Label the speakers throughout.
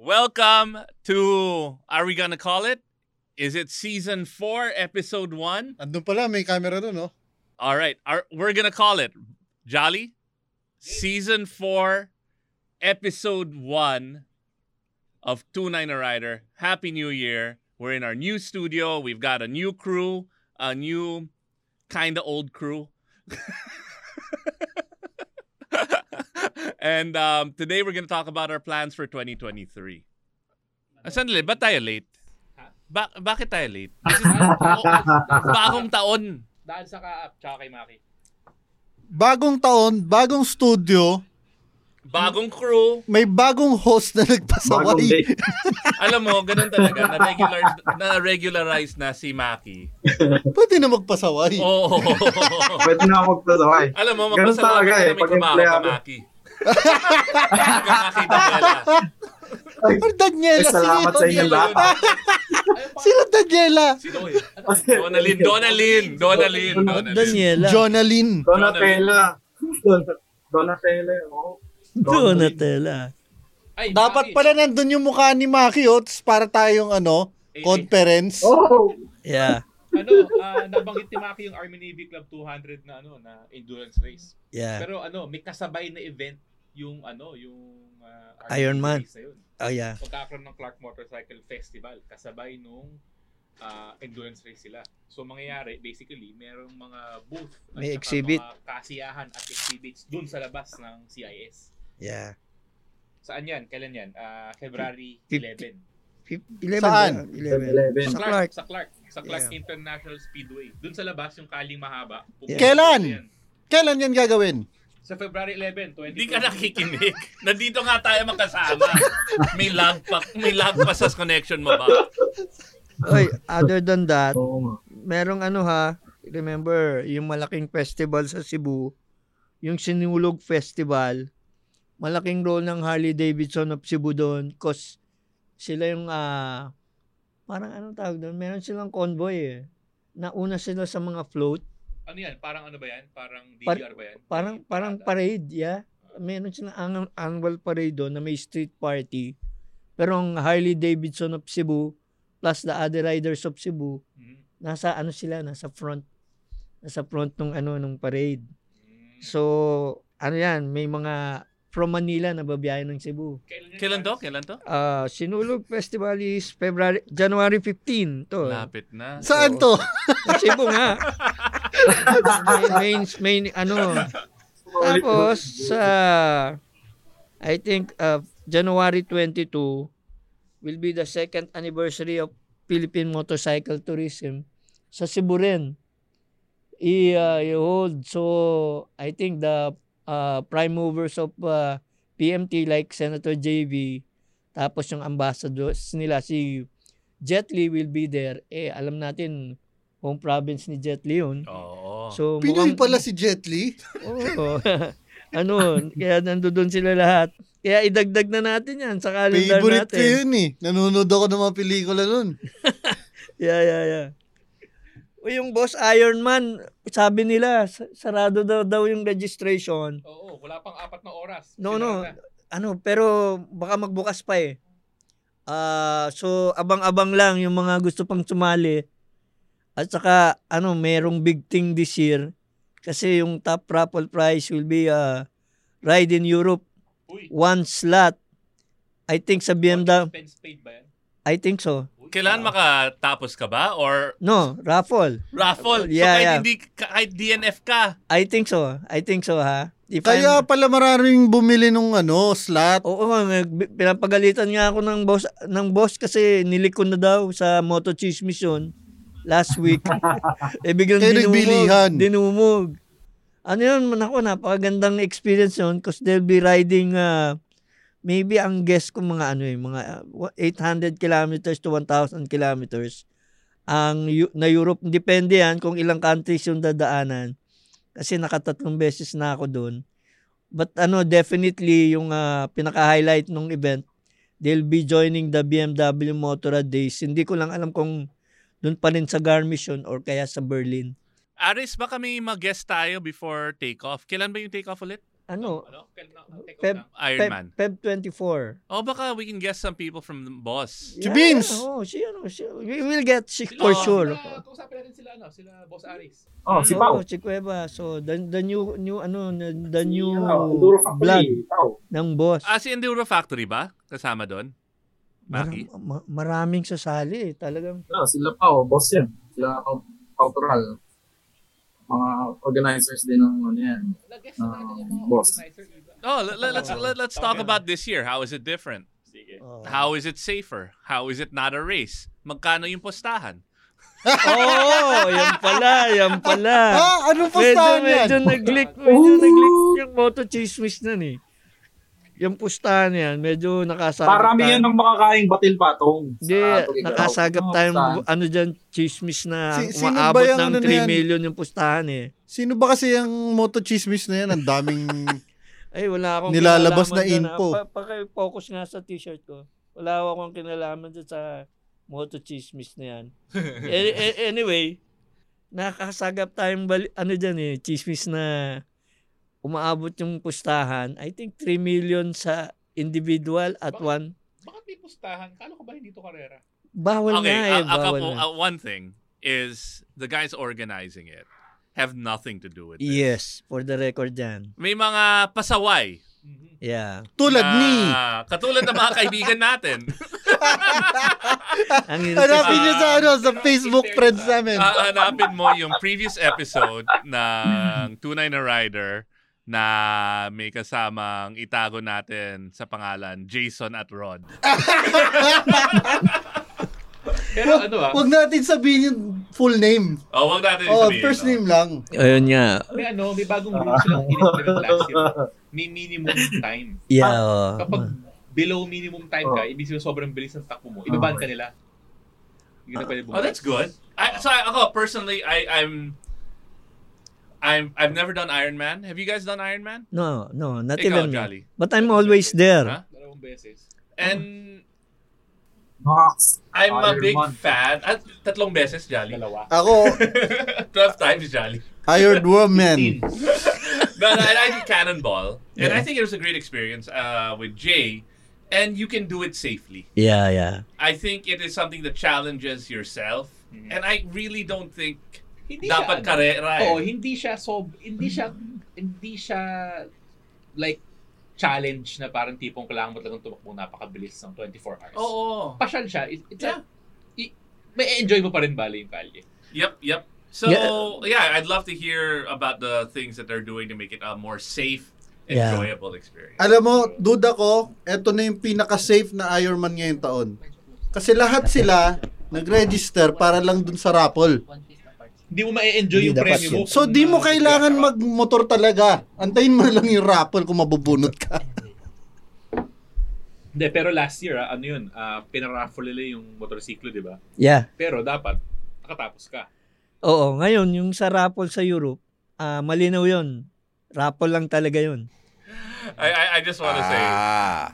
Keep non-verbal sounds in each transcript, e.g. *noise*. Speaker 1: Welcome to are we gonna call it? Is it season four, episode one?
Speaker 2: Andun pala, may camera oh. doon, no?
Speaker 1: All right, are, we're gonna call it Jolly season four, episode one of Two Niner Rider. Happy New Year! We're in our new studio. We've got a new crew, a new kind of old crew. *laughs* and um, today we're going to talk about our plans for 2023. Ah, Sandali, ba't tayo late? Ba- bakit tayo late? This is bagong taon.
Speaker 3: Dahil sa ka-up, tsaka kay Maki.
Speaker 2: Bagong taon, bagong studio,
Speaker 1: Bagong crew.
Speaker 2: may bagong host na nagpasaway.
Speaker 1: Alam mo, ganun talaga. Na-regular, na-regularize na si
Speaker 4: *laughs*
Speaker 1: Maki.
Speaker 2: *laughs* Pwede na magpasaway.
Speaker 5: Oh.
Speaker 1: Oo.
Speaker 4: Pwede na ako magtutuloy.
Speaker 1: Alam mo,
Speaker 4: Ganun
Speaker 1: magpasama ka
Speaker 4: talaga eh,
Speaker 1: na may
Speaker 4: pag
Speaker 1: trabaho ka,
Speaker 4: empleyado.
Speaker 1: Maki. Kakakita ka na.
Speaker 4: Diba? Ay,
Speaker 2: Or Daniela,
Speaker 4: Ay, salamat
Speaker 2: sino
Speaker 4: sa
Speaker 2: yun?
Speaker 4: inyo lahat.
Speaker 2: Sino Daniela?
Speaker 3: Sino eh?
Speaker 1: Donalyn, Donalyn, Donalyn, Donalyn.
Speaker 5: Daniela.
Speaker 2: Jonalyn.
Speaker 4: Donatella. Don- Donatella. eh, oh. oo.
Speaker 5: Donatella.
Speaker 3: Ay,
Speaker 2: Dapat
Speaker 3: Maki.
Speaker 2: pala nandun yung mukha ni Maki Ots para tayong ano, conference.
Speaker 4: Oh,
Speaker 5: Yeah.
Speaker 3: Ano, ah, nabanggit ni Maki yung Army Navy Club 200 na ano na endurance race.
Speaker 5: Yeah.
Speaker 3: Pero ano, may kasabay na event yung ano, yung ah,
Speaker 5: Iron
Speaker 3: Navy
Speaker 5: Man.
Speaker 3: race na yun.
Speaker 5: Oh yeah.
Speaker 3: Pagkakaroon ng Clark Motorcycle Festival, kasabay nung ah, endurance race sila. So mangyayari, basically, merong mga booth at
Speaker 5: May
Speaker 3: saka
Speaker 5: exhibit.
Speaker 3: mga kasiyahan at exhibits dun sa labas ng CIS.
Speaker 5: Yeah.
Speaker 3: Saan yan? Kailan yan? Ah, February
Speaker 5: Fifty-
Speaker 3: 11.
Speaker 5: 11
Speaker 2: Saan?
Speaker 5: ba? 11.
Speaker 3: Sa
Speaker 4: 11.
Speaker 5: Sa
Speaker 3: Clark.
Speaker 5: Clark.
Speaker 3: Sa Clark. Sa Clark
Speaker 5: Yeah.
Speaker 3: International Speedway. Doon sa labas yung kaling mahaba. Pupunta
Speaker 2: Kailan?
Speaker 3: yan.
Speaker 2: Kailan yan gagawin?
Speaker 3: Sa February 11, 2020.
Speaker 1: Hindi ka nakikinig. Nandito nga tayo magkasama.
Speaker 2: *laughs*
Speaker 1: May lag pa, may lag pa sa connection mo ba?
Speaker 6: Oy,
Speaker 4: *laughs*
Speaker 6: other than that,
Speaker 4: Oo nga.
Speaker 6: merong ano ha, remember, yung malaking festival sa Cebu, yung Sinulog Festival, malaking role ng Harley Davidson of Cebu doon cause sila yung ah parang anong tawag doon, meron silang convoy eh. Nauna sila sa mga float,
Speaker 3: Ano yan? Parang ano ba yan? Parang
Speaker 6: Par-
Speaker 3: DDR ba yan?
Speaker 6: parang parang parade, yeah. Meron silang an- annual parade doon na may street party. Pero ang Harley Davidson of Cebu plus the other riders of Cebu,
Speaker 3: Mhm.
Speaker 6: nasa ano sila, nasa front nasa front nung ano nung parade. So, ano yan, may mga from Manila na babiyahe ng Cebu.
Speaker 3: Kailan, ano yan,
Speaker 1: Kailan to?
Speaker 3: Charles?
Speaker 1: Kailan to?
Speaker 6: Ah, Sinulog Festival is February January 15 to.
Speaker 1: Lapit na.
Speaker 2: Saan to?
Speaker 6: Diba? Sa Cebu nga. main, main main ano. Tapos sa I think uh, January 22 will be the second anniversary of Philippine Motorcycle Tourism sa Cebu rin. I, uh, i hold. So, I think the uh, prime movers of uh, PMT like Senator JV, tapos yung ambassadors nila, si Jet Li will be there. Eh, alam natin, home province ni Jet Li yun.
Speaker 1: Oo.
Speaker 6: So,
Speaker 2: Pinoy
Speaker 6: mukhang-
Speaker 2: pala si Jet Li.
Speaker 6: Oo. *laughs* ano, kaya nandoon sila lahat. Kaya idagdag na natin yan sa calendar
Speaker 2: Favorite ko
Speaker 6: natin.
Speaker 2: yun eh. Nanonood ako ng mga pelikula nun.
Speaker 6: *laughs* Yeah, yeah, yeah. O yung boss Iron Man, sabi nila, sa- sarado daw, daw yung registration.
Speaker 3: Oo, wala pang apat na oras.
Speaker 6: No, no.
Speaker 3: Sinara na.
Speaker 6: Ano, pero baka magbukas pa eh. Ah, so abang-abang lang yung mga gusto pang sumali. At saka ano, merong big thing this year kasi yung top raffle prize will be uh, ride in Europe. One slot. I think sa BMW.
Speaker 3: Expense paid ba yan?
Speaker 6: I think so.
Speaker 1: Kailan makatapos ka ba? Or
Speaker 6: No, raffle.
Speaker 1: raffle? so
Speaker 6: Yeah,
Speaker 1: kahit,
Speaker 6: yeah.
Speaker 1: hindi, kahit DNF ka,
Speaker 6: I think so. I think so ha. If I'm-
Speaker 2: Kaya pala maraming bumili nung ano, slot.
Speaker 6: Oo, nga, b- pinapagalitan nga ako ng boss, ng boss kasi nilikon na daw sa Moto Chismis yun last
Speaker 2: *laughs*
Speaker 6: week. eh biglang
Speaker 2: Kaya nagbilihan.
Speaker 6: dinumog, dinumog. Ano yun, naku, napakagandang experience yun because they'll be riding uh, maybe ang guess ko mga ano yung mga uh, 800 kilometers to 1,000 kilometers ang Eu- na Europe depende yan kung ilang countries yung dadaanan kasi nakatatlong beses na ako doon but ano definitely yung ah, pinaka-highlight ng event they'll be joining the BMW Motorrad Days hindi ko lang alam kung doon pa rin sa Garmisch yun or kaya sa Berlin
Speaker 1: Aris, baka may mag-guest tayo before takeoff. Kailan ba yung takeoff ulit?
Speaker 6: ano
Speaker 3: Ano? Kailan na take
Speaker 6: Feb,
Speaker 3: off na?
Speaker 1: Iron
Speaker 6: Feb,
Speaker 1: Man.
Speaker 6: Feb 24
Speaker 1: Oh, baka we can guest some people from the boss.
Speaker 2: Si Beans!
Speaker 6: oh, si, ano, si, we will get sick for
Speaker 3: Sila-
Speaker 6: sure
Speaker 3: Sila, kausapin natin sila, ano, sila Boss Aris.
Speaker 4: Oh, si
Speaker 6: Oo,
Speaker 4: Pao.
Speaker 6: si Cueva. So, the, the new, new, ano, the the new
Speaker 4: Ah, Enduro
Speaker 6: vlog
Speaker 4: Factory. Pao.
Speaker 6: ng boss.
Speaker 1: Ah, si Enduro Factory ba? Kasama doon? Maki?
Speaker 6: Maram- ma- maraming sasali. eh. Talagang,
Speaker 4: Ah, sila Pao, boss yan. Sila Pao- Pao Toral. Mga organizers din ng ano yan.
Speaker 3: Nag-guest na natin yung mga
Speaker 4: ng boss.
Speaker 3: organizer. iba.
Speaker 1: Oh, let, let, let's let, let's talk about this year. How is it different?
Speaker 3: Sige.
Speaker 6: oh.
Speaker 1: How is it safer? How is it not a race? Magkano yung postahan?
Speaker 6: oh, yan pala, yan pala.
Speaker 2: Ah, anong
Speaker 6: medyo,
Speaker 2: postahan yan?
Speaker 6: medyo nag-leak, medyo nag-leak yung moto chismis na ni. Yung pustahan yan, medyo nakasagap
Speaker 4: Parami
Speaker 6: tayo.
Speaker 4: yan ng makakaing batil patong.
Speaker 6: Hindi,
Speaker 4: Sa Tugigaraw.
Speaker 6: nakasagap
Speaker 4: Mga
Speaker 6: tayong
Speaker 4: pustahan.
Speaker 6: bu- ano dyan, chismis na
Speaker 2: Si- sino ba
Speaker 6: umaabot
Speaker 2: yung
Speaker 6: ng
Speaker 2: ano na
Speaker 6: 3
Speaker 2: yan?
Speaker 6: million yung pustahan eh.
Speaker 2: Sino ba kasi yung moto chismis na yan? Ang daming...
Speaker 6: *laughs* Ay, wala akong
Speaker 2: Nilalabas na
Speaker 6: kinalaman dyan,
Speaker 2: info.
Speaker 6: ah. Pa, focus nga sa t-shirt ko. Wala akong kinalaman dyan sa moto chismis na
Speaker 1: *laughs*
Speaker 6: yan. A- a- anyway, nakakasagap tayong bali- ano dyan eh, chismis na umaabot yung pustahan. I think 3 million sa individual at
Speaker 3: Bakit?
Speaker 6: one.
Speaker 3: Bakit may pustahan? Kalo ka ba hindi to karera?
Speaker 6: Bawal
Speaker 1: okay,
Speaker 6: na
Speaker 1: a, a
Speaker 6: eh, bawal
Speaker 1: couple,
Speaker 6: na.
Speaker 1: uh, one thing is the guys organizing it have nothing to do with this.
Speaker 6: Yes, for the record dyan.
Speaker 1: May mga pasaway.
Speaker 2: *laughs*
Speaker 6: Yeah.
Speaker 2: Tulad ni...
Speaker 1: Ah, Katulad ng mga kaibigan natin.
Speaker 6: *laughs* Ang
Speaker 2: Hanapin
Speaker 6: hirap.
Speaker 2: niyo sa, ano, sa Facebook friends namin.
Speaker 1: Hahanapin Ah, mo yung previous episode ng Tunay na Rider na may kasamang itago natin sa pangalan Jason at Rod.
Speaker 3: Pero ano ah,
Speaker 2: Huwag natin sabihin yung full name.
Speaker 1: Oh, wag natin
Speaker 2: Oh,
Speaker 1: sabihin.
Speaker 2: first
Speaker 1: no?
Speaker 2: name lang.
Speaker 6: Ayun nga.
Speaker 3: may ano, may bagong rule silang in-implement last year. May minimum time.
Speaker 6: Yeah. oh.
Speaker 3: Kapag below minimum time
Speaker 4: Oh.
Speaker 3: ka, ibig sabihin sobrang bilis ng takbo
Speaker 4: Ah.
Speaker 3: mo. Ibaban ka nila. Hindi ka na pwede
Speaker 1: Oh,
Speaker 3: bumalik.
Speaker 1: that's good. I, so I, ako personally, I, I'm, I'm, I've never done Iron Man. Have you guys done Iron Man?
Speaker 6: No, no, not
Speaker 1: Ikaw,
Speaker 6: even me.
Speaker 1: Jolly.
Speaker 6: But I'm always there.
Speaker 1: Huh?
Speaker 3: Dalawang beses.
Speaker 1: And
Speaker 4: Max.
Speaker 1: I'm a
Speaker 4: Iron
Speaker 1: big
Speaker 4: Man.
Speaker 1: fan. At tatlong beses, Jolly.
Speaker 3: Dalawa.
Speaker 2: Ako,
Speaker 1: *laughs* 12 times, Jolly.
Speaker 2: hired
Speaker 3: Fifteen.
Speaker 2: woman.
Speaker 1: No, no, and I did Cannonball. And I think it was a great experience uh, with Jay. And you can do it safely.
Speaker 6: Yeah, yeah.
Speaker 1: I think it is something that challenges yourself. And I really don't think
Speaker 3: Mm-hmm. Hindi
Speaker 1: dapat
Speaker 3: siya, ano,
Speaker 1: karera eh.
Speaker 3: Oo, hindi siya so hindi siya hindi siya like challenge na parang tipong kailangan mo talagang tumakbo napakabilis ng 24 hours.
Speaker 1: Oo.
Speaker 3: Pasyal siya. It- It's a,
Speaker 1: Yeah.
Speaker 3: i- may enjoy mo pa rin bali yung kalye.
Speaker 1: Yep, yep. So yeah, I'd love to hear about the things that they're doing to make it a more safe,
Speaker 6: Yeah.
Speaker 1: enjoyable experience.
Speaker 2: Alam mo, duda ko, eto na yung pinaka-safe na Ironman ngayong taon. Kasi lahat sila, Nag-register para lang dun sa raffle.
Speaker 3: Hindi mo ma-enjoy yung
Speaker 2: dapat
Speaker 3: premyo mo.
Speaker 2: yun. So, di mo kailangan mag-motor talaga. Antayin mo lang yung raffle kung mabubunot ka.
Speaker 3: Hindi, pero last year, ah, ano yun, ah, pinaraffle nila yung motorsiklo, di ba?
Speaker 6: Yeah.
Speaker 3: Pero dapat, nakatapos ka.
Speaker 6: Oo, ngayon, yung sa raffle sa Europe, ah malinaw yun. Raffle lang talaga yun.
Speaker 1: I, I, I just want to say,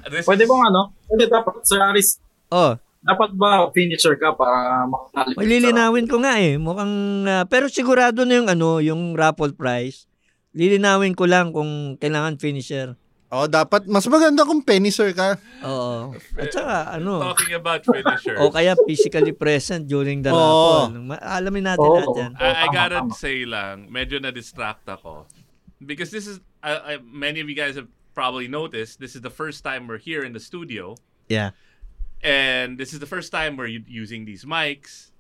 Speaker 1: this
Speaker 4: Pwede bang ano? Pwede dapat sa race.
Speaker 6: Oh.
Speaker 4: Dapat ba finisher ka para makatali?
Speaker 6: May lilinawin ko nga eh. Mukhang, ah, pero sigurado na yung ano, yung raffle prize. Lilinawin ko lang kung kailangan finisher.
Speaker 2: Oh, dapat mas maganda kung finisher ka.
Speaker 6: Oo. At saka, ano,
Speaker 1: talking about finisher.
Speaker 6: o kaya physically present during the
Speaker 2: Oo.
Speaker 6: raffle. Ma- Alamin natin
Speaker 2: Oo.
Speaker 6: lahat yan.
Speaker 1: I, I gotta say lang, medyo na-distract ako. Because this is, I, I, many of you guys have probably noticed, this is the first time we're here in the studio.
Speaker 2: *laughs*
Speaker 6: Yeah.
Speaker 1: And this is the first time we're u- using these mics.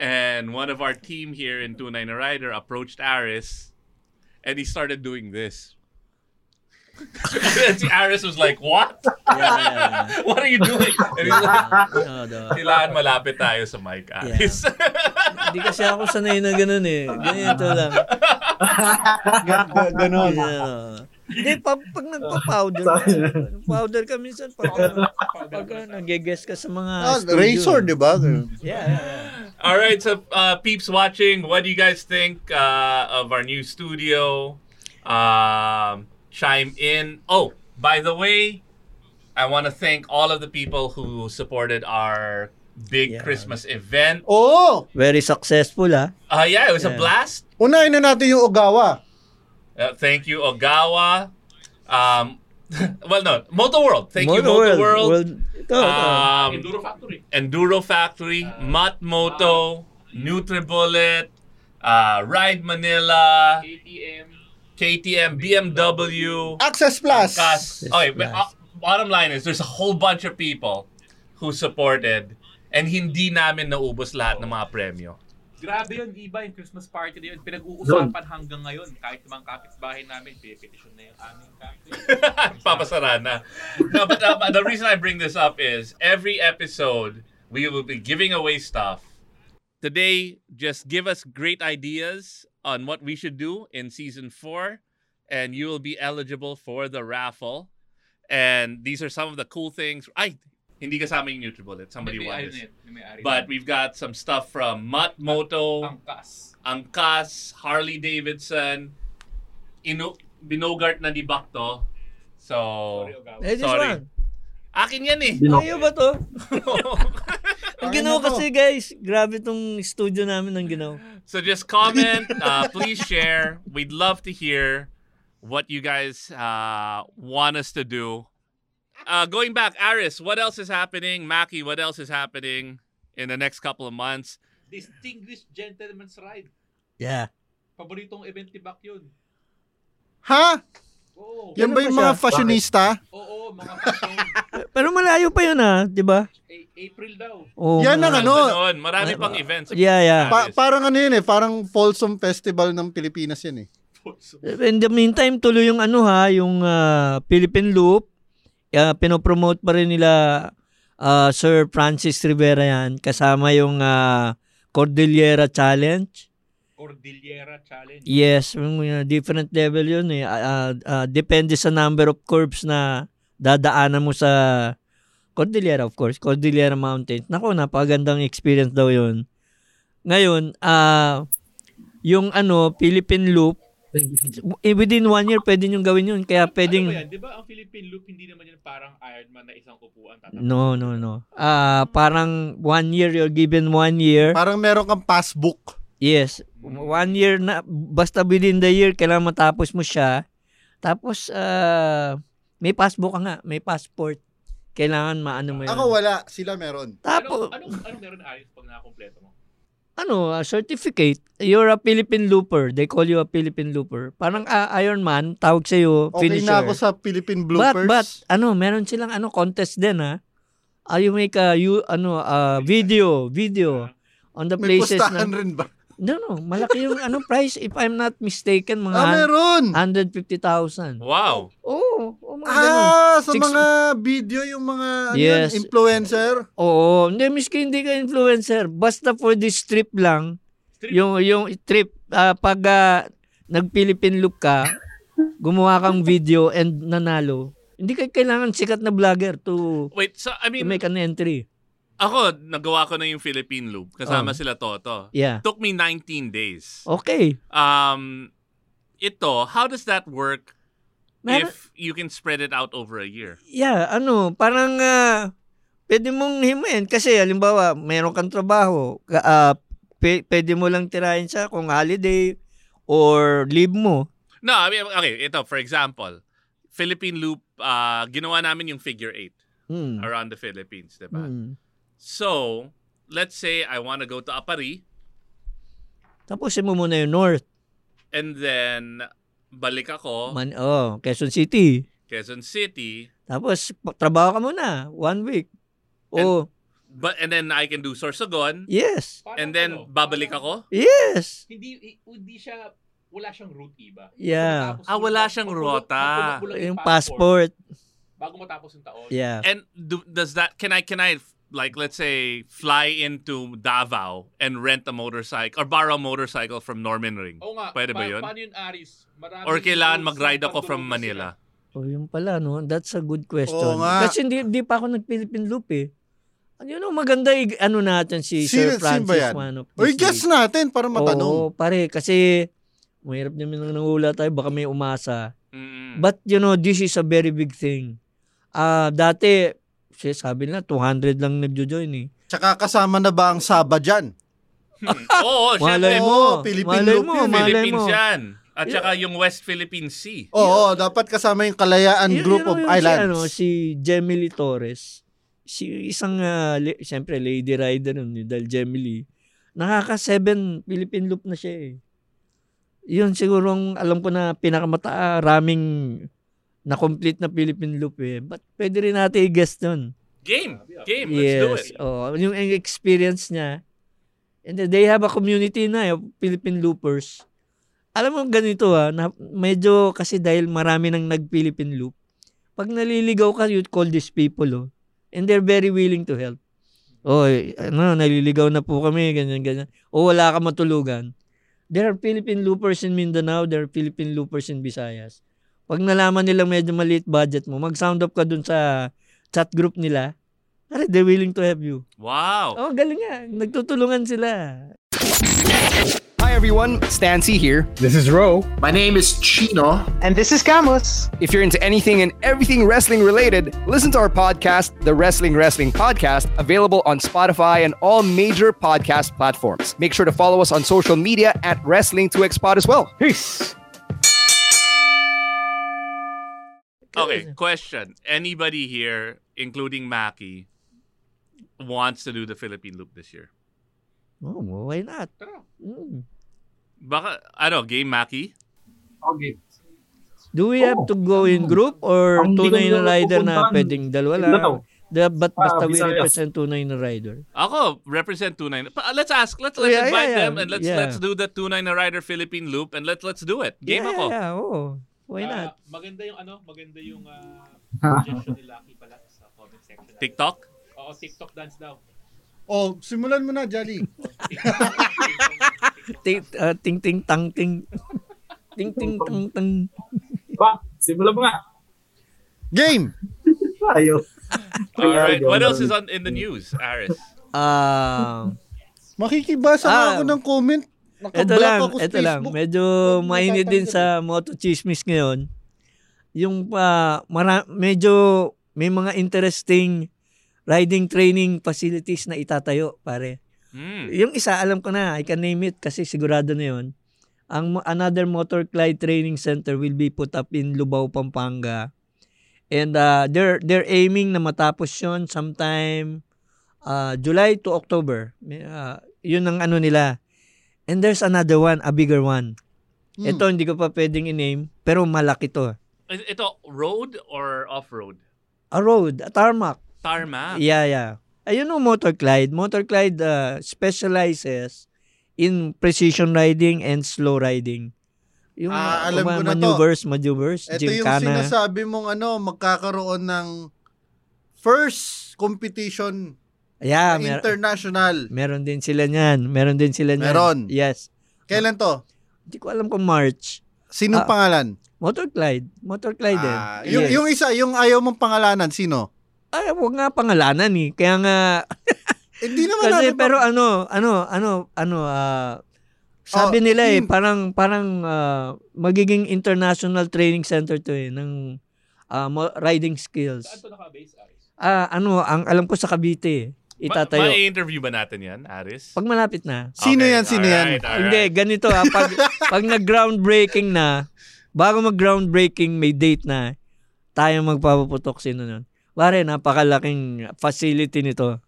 Speaker 1: And one of our team here in 29 Rider approached Aris and he started doing this. *laughs* and si Aris was like, What? *laughs* what are you doing? And he's like,
Speaker 6: No, no.
Speaker 1: Kailangan malapit tayo sa mic, Aris. *laughs*
Speaker 6: Hindi kasi ako sanay na ganun eh. Ganito lang.
Speaker 2: Ganon.
Speaker 6: Yeah. Hindi, pag, pag nagpa-powder, powder ka minsan pag, pag uh, nag-guess ka sa mga
Speaker 2: Ah,
Speaker 6: studio.
Speaker 2: razor, di ba?
Speaker 6: Yeah, yeah, yeah.
Speaker 1: All right, so uh, peeps watching, what do you guys think uh, of our new studio? Um, chime in. Oh, by the way, I want to thank all of the people who supported our big
Speaker 6: Yeah.
Speaker 1: Christmas event.
Speaker 2: Oo!
Speaker 6: Very successful, ah.
Speaker 1: Uh, yeah, it was a
Speaker 6: Yeah.
Speaker 1: blast.
Speaker 2: Unahin na natin yung Ogawa.
Speaker 1: Uh, thank you, Ogawa. Um, *laughs* well, no, Moto World. Thank you, Moto
Speaker 6: Motorworld.
Speaker 1: World.
Speaker 6: Ito, ito.
Speaker 1: Um,
Speaker 3: Enduro Factory.
Speaker 1: Enduro Factory, Mutt Moto, NutriBullet, uh, Ride Manila,
Speaker 3: ATM.
Speaker 1: KTM, BMW,
Speaker 2: Access Plus.
Speaker 1: Kas. Okay, but,
Speaker 6: nice.
Speaker 1: uh, bottom line is there's a whole bunch of people who supported and hindi namin naubos lahat ng mga premyo.
Speaker 3: Grabe yun, iba yung Christmas party na yun. Pinag-uusapan hanggang ngayon. Kahit yung mga kapitbahay namin, pinipetition na yung aming kapit.
Speaker 1: *laughs* Papasara na. No, but uh, but the reason I bring this up is every episode we will be giving away stuff. Today, just give us great ideas on what we should do in season four, and you will be eligible for the raffle. And these are some of the cool things. I hindi kasama yung NutriBullet. Somebody
Speaker 3: May
Speaker 1: won
Speaker 3: ari na
Speaker 4: eh.
Speaker 1: this.
Speaker 3: yun, may ari na.
Speaker 1: But we've got some stuff from Mutt Moto.
Speaker 3: Ang kas.
Speaker 1: Angkas, Harley Davidson, inu binogart na ni Bakto. So,
Speaker 3: Sorry, Ogawa.
Speaker 6: Eh, this
Speaker 1: Sorry.
Speaker 6: one.
Speaker 1: akin yan eh.
Speaker 6: Ayaw ba to?
Speaker 2: Ayaw
Speaker 6: Ang ginawa
Speaker 2: na to.
Speaker 6: kasi, guys, grabe tong studio namin ang ginawa.
Speaker 1: *laughs* so just comment, uh, please share. We'd love to hear what you guys uh, want us to do. Uh, going back, Aris, what else is happening? Maki, what else is happening in the next couple of months?
Speaker 3: Distinguished Gentleman's Ride.
Speaker 6: Yeah.
Speaker 3: Paboritong event ni Bak yun.
Speaker 2: Ha?
Speaker 3: Oo.
Speaker 2: Yan ba
Speaker 6: Ganun Oh, ba
Speaker 2: yung
Speaker 6: siya?
Speaker 2: mga fashionista?
Speaker 3: Oo, mga
Speaker 1: *laughs*
Speaker 3: pasyon.
Speaker 6: Pero malayo pa yun, ah. Di ba?
Speaker 3: A- April daw.
Speaker 6: Oo.
Speaker 2: Yan ang
Speaker 6: nga.
Speaker 2: ano.
Speaker 1: Ganun, marami pang events.
Speaker 6: Yeah, yeah.
Speaker 2: Pa-
Speaker 1: Aris.
Speaker 2: parang ano yun eh. Parang Folsom Festival ng Pilipinas yun eh.
Speaker 6: In the meantime, tuloy yung ano ha, yung ah, Philippine Loop. Uh, pinopromote pa rin nila ah, Sir Francis Rivera yan. Kasama yung ah, Cordillera Challenge.
Speaker 3: Cordillera Challenge.
Speaker 6: Yes, yung ah, different level yun eh. Ah, ah, ah, depende sa number of curves na dadaanan mo sa Cordillera of course, Cordillera Mountains. Nako, napakagandang experience daw yun. Ngayon, ah yung ano, Philippine Loop, eh, within one year, pwede nyo gawin yun. Kaya pwedeng...
Speaker 3: Ano ba yan? Di ba ang Philippine Loop, hindi naman yun parang Ironman na isang upuan. tatapos?
Speaker 6: No, no, no. Ah, parang one year, you're given one year.
Speaker 2: Parang meron kang passbook.
Speaker 6: Yes. One year na, basta within the year, kailangan matapos mo siya. Tapos, ah, may passbook ka nga, may passport. Kailangan maano mo yun.
Speaker 2: Ako wala. Sila meron.
Speaker 6: Tapos,
Speaker 3: Ano, ano, ano meron ayos pag nakakompleto mo?
Speaker 6: ano, ah, certificate. You're a Philippine looper. They call you a Philippine looper. Parang ah, Iron Man, tawag sa'yo,
Speaker 2: Okay
Speaker 6: finisher.
Speaker 2: na ako sa Philippine bloopers.
Speaker 6: But, but, ano, meron silang ano, contest din, ha? Ah, you make a, you, ano, ah, video, video on the
Speaker 2: May
Speaker 6: places
Speaker 2: pustahan
Speaker 6: na,
Speaker 2: rin ba?
Speaker 6: no, no, malaki yung, ano,
Speaker 1: Ah,
Speaker 6: price, if I'm not mistaken, mga
Speaker 2: Ah, meron!
Speaker 6: 150,000.
Speaker 1: Wow.
Speaker 6: Oo, oh, mga
Speaker 2: Ah,
Speaker 6: ganun.
Speaker 2: sa
Speaker 6: Six-
Speaker 2: mga video yung mga ano
Speaker 6: Yes.
Speaker 2: yun, influencer.
Speaker 6: Oo, hindi miski hindi ka influencer, basta for this trip lang, yung yung trip ah, pag ah, nag-Philippine look ka, gumawa kang video and nanalo. Hindi ka kailangan sikat na vlogger to
Speaker 1: Wait, so I mean,
Speaker 6: to make an entry.
Speaker 1: ako, nagawa ko na yung Philippine Loop. Kasama
Speaker 6: Oh.
Speaker 1: sila Toto.
Speaker 6: Yeah.
Speaker 1: Took me 19 days.
Speaker 6: Okay.
Speaker 1: Um, ito, how does that work
Speaker 6: Meron-
Speaker 1: if you can spread it out over a year?
Speaker 6: Yeah, ano, parang ah, pwede mong himayin kasi halimbawa, meron kang trabaho, ka- ah, pe- pwede mo lang tirahin sa kung holiday or leave mo.
Speaker 1: No, I mean, okay, ito, for example, Philippine Loop, uh, ginawa namin yung figure eight
Speaker 6: Hmm.
Speaker 1: around the Philippines, di ba?
Speaker 6: Hmm.
Speaker 1: So, let's say I want to go to Apari
Speaker 6: Tapusin mo muna yung North.
Speaker 1: and then balik ako
Speaker 6: Man, oh, Quezon City.
Speaker 1: Quezon City,
Speaker 6: Tapos, pa- trabaho ka muna. One week. Oh,
Speaker 1: but and then I can do Sorsogon
Speaker 6: yes.
Speaker 1: and then babalik ako?
Speaker 6: Yes.
Speaker 3: Hindi, hindi siya, wala siyang route iba.
Speaker 6: Yeah.
Speaker 1: Ah, wala siyang rota.
Speaker 6: Yung passport.
Speaker 3: Bago matapos yung taon.
Speaker 6: Yeah.
Speaker 1: And do, does that can I can I like let's say fly into Davao and rent a motorcycle or borrow a motorcycle from Norman Ring?
Speaker 3: Oo nga.
Speaker 1: Pwede ba
Speaker 3: pa-
Speaker 1: 'yun?
Speaker 3: Paano yun, Aris? Marami
Speaker 1: Or kailangan mag-ride ako from Manila?
Speaker 6: Oh, yung pala, no? That's a good question.
Speaker 2: Oo nga.
Speaker 6: Kasi hindi, hindi pa ako nag-Philippine loop eh. Ano yun, oh, maganda i- ano natin si Sir Francis Mano.
Speaker 2: Uy, guess natin para matanong.
Speaker 6: Oo, pare, kasi mahirap naman nang nangula tayo, baka may umasa. *laughs*
Speaker 1: Mm.
Speaker 6: But you know, this is a very big thing. Ah, dati, siya sabi na 200 lang nagjo-join eh.
Speaker 2: Tsaka kasama na ba ang Saba dyan?
Speaker 1: Oo, syempre.
Speaker 6: Malay mo,
Speaker 2: Oo, Philippine
Speaker 6: malay
Speaker 2: loop
Speaker 6: mo,
Speaker 2: yun eh.
Speaker 6: malay
Speaker 1: Philippines
Speaker 6: mo.
Speaker 1: yan. At saka yung West Philippine Sea.
Speaker 2: Oo, oo, dapat kasama yung Kalayaan
Speaker 6: Yun-
Speaker 2: Group
Speaker 6: yun
Speaker 2: of
Speaker 6: yung Si, ano,
Speaker 2: Islands.
Speaker 6: si Gemily Torres, si isang, ah, li- siyempre, lady rider nun, eh, dahil Gemily, nakaka-seven Philippine loop na siya eh. Yun siguro ang alam ko na pinakamata raming na-complete na Philippine loop eh. But pwede rin natin i-guess nun.
Speaker 1: Game. Game. Let's do it.
Speaker 6: Yes. Oh, yung yung experience niya. And then they have a community na, eh, Philippine loopers. Alam mo ganito ha, na, medyo kasi dahil marami nang nag-Philippine loop, pag naliligaw ka, you call these people oh. And they're very willing to help. Oh, eh, ano, naliligaw na po kami, ganyan, ganyan. O wala ka matulugan. There are Philippine loopers in Mindanao, there are Philippine loopers in Visayas. Pag nalaman nila medyo maliit budget mo, mag-sound up ka dun sa chat group nila, Pare, they're willing to help you.
Speaker 1: Wow.
Speaker 6: Oh, galing nga. Nagtutulungan sila.
Speaker 7: Hi everyone, Stancy here. This is Ro. My name is Chino. And this is Camus. If you're into anything and everything wrestling related, listen to our podcast, The Wrestling Wrestling Podcast, available on Spotify and all major podcast platforms. Make sure to follow us on social media at Wrestling2XPod as well. Peace.
Speaker 1: Okay, question. Anybody here, including Maki, wants to do the Philippine Loop this year?
Speaker 6: Oh, why not? Hmm.
Speaker 1: Baka, ano, game Maki?
Speaker 4: Okay.
Speaker 6: Do we have to go in group or
Speaker 1: Ang hindi
Speaker 6: tunay
Speaker 1: ko
Speaker 6: na rider na
Speaker 1: napupuntahan.
Speaker 6: pwedeng dalawa lang?
Speaker 1: Mindanao.
Speaker 6: Da- but
Speaker 1: Ah,
Speaker 6: basta we
Speaker 1: Visayas.
Speaker 6: represent tunay na rider.
Speaker 1: Ako, represent 29. Pa- Let's ask, let's,
Speaker 6: Oh,
Speaker 1: let's
Speaker 6: yeah,
Speaker 1: invite
Speaker 6: yeah, yeah.
Speaker 1: them and let's
Speaker 6: Yeah.
Speaker 1: let's do the 29 Rider Philippine Loop and let's let's do it. Game
Speaker 6: yeah,
Speaker 1: ako.
Speaker 6: Yeah, oo. Why
Speaker 3: Ah,
Speaker 6: not?
Speaker 3: maganda yung ano, maganda yung ah, suggestion ni Lucky pala sa comment section.
Speaker 1: TikTok?
Speaker 3: Oo, TikTok dance daw.
Speaker 2: Oh, simulan mo na, Jolly.
Speaker 6: Ting, ah, ting, ting, tang, ting. *laughs* ting, ting, tang, tang.
Speaker 4: Ba, simulan mo nga.
Speaker 2: Game!
Speaker 4: Tayo.
Speaker 1: All right. What else is on in the news, Aris?
Speaker 6: Ah,
Speaker 2: Makikibasa nga
Speaker 6: Ah.
Speaker 2: ako ng comment. Nakablock
Speaker 6: Ito lang,
Speaker 2: ako sa
Speaker 6: ito lang.
Speaker 2: Facebook.
Speaker 6: Medyo mainit din sa Moto Chismis ngayon. Yung pa mara- medyo may mga interesting riding training facilities na itatayo, pare.
Speaker 1: Hmm.
Speaker 6: Yung isa alam ko na, I can name it kasi sigurado na 'yon. Ang mo- another Motor Glide Training Center will be put up in Lubao, Pampanga. And uh, they're they're aiming na matapos 'yon sometime uh, July to October. May, Uh, 'Yun ang ano nila. And there's another one, a bigger one.
Speaker 1: Hmm.
Speaker 6: Ito hindi ko pa pwedeng i-name, pero malaki 'to.
Speaker 1: Is- Ito, road or off-road?
Speaker 6: A road, a tarmac.
Speaker 2: Ah.
Speaker 1: Tarmac.
Speaker 6: Yeah, yeah. Ayun o, Motor Clyde. Motor Clyde uh, specializes in precision riding and slow riding. Yung
Speaker 2: Ah, alam ko na to.
Speaker 6: maneuvers, maneuvers,
Speaker 2: Ito yung
Speaker 6: gymkhana.
Speaker 2: sinasabi mong ano, magkakaroon ng first competition
Speaker 6: Yeah,
Speaker 2: na
Speaker 6: mer-
Speaker 2: international.
Speaker 6: meron din sila niyan. Meron din sila niyan.
Speaker 2: Meron.
Speaker 6: Yes.
Speaker 2: Kailan to?
Speaker 6: Hindi ko alam kung March.
Speaker 2: Sinong
Speaker 6: Ah,
Speaker 2: pangalan?
Speaker 6: Motor Clyde. Motor Clyde din.
Speaker 2: Ah, yung, yung isa, yung ayaw mong pangalanan, sino?
Speaker 6: Ay, huwag nga pangalanan eh. Kaya nga...
Speaker 2: Hindi Eh, naman
Speaker 6: Kasi
Speaker 2: natin-
Speaker 6: pero ano, ano, ano, ano, ah, sabi
Speaker 2: Oh,
Speaker 6: nila eh,
Speaker 2: hmm.
Speaker 6: parang, parang ah, magiging international training center to eh, ng ah, mo- riding skills. Ah, ano, ang alam ko sa Cavite eh. Itatayo.
Speaker 1: Ma- interview ba natin yan, Aris?
Speaker 6: Pag malapit na.
Speaker 1: Sino Okay, yan, sino alright, yan? alright.
Speaker 6: Hindi, ganito ha.
Speaker 1: *laughs*
Speaker 6: Pag, pag nag-groundbreaking na, bago mag-groundbreaking, may date na, tayo magpapaputok sino nun. Pare, napakalaking facility nito.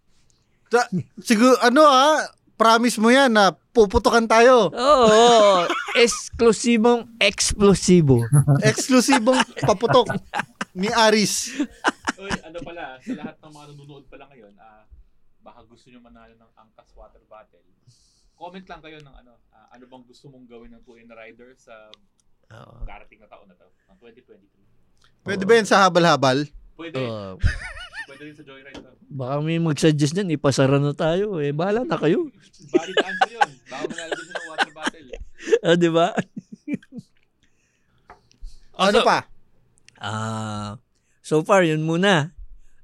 Speaker 2: Ta- siguro, ano ah, promise mo yan na puputukan tayo.
Speaker 6: Oo. oo. Eksklusibong
Speaker 3: *laughs*
Speaker 6: eksplosibo.
Speaker 2: Eksklusibong paputok ni Aris.
Speaker 3: Uy, ano pala, sa lahat ng mga nanonood pala ngayon, ah, baka gusto nyo manalo ng Angkas Water Bottle. Comment lang kayo ng ano, ah, ano bang gusto mong gawin ng Twin Rider sa darating na taon na to, ng 2023.
Speaker 2: Pwede ba yan sa habal-habal?
Speaker 3: Pwede.
Speaker 6: Oo.
Speaker 3: Pwede rin sa Joyride to.
Speaker 6: Baka may mag-suggest dyan, ipasara na tayo. Eh, bahala na kayo. *laughs*
Speaker 3: Bali answer yun. Baka manalo din ng water bottle.
Speaker 6: Ah, di ba?
Speaker 1: Oh,
Speaker 2: Ano pa?
Speaker 6: Ah, so far, yun muna.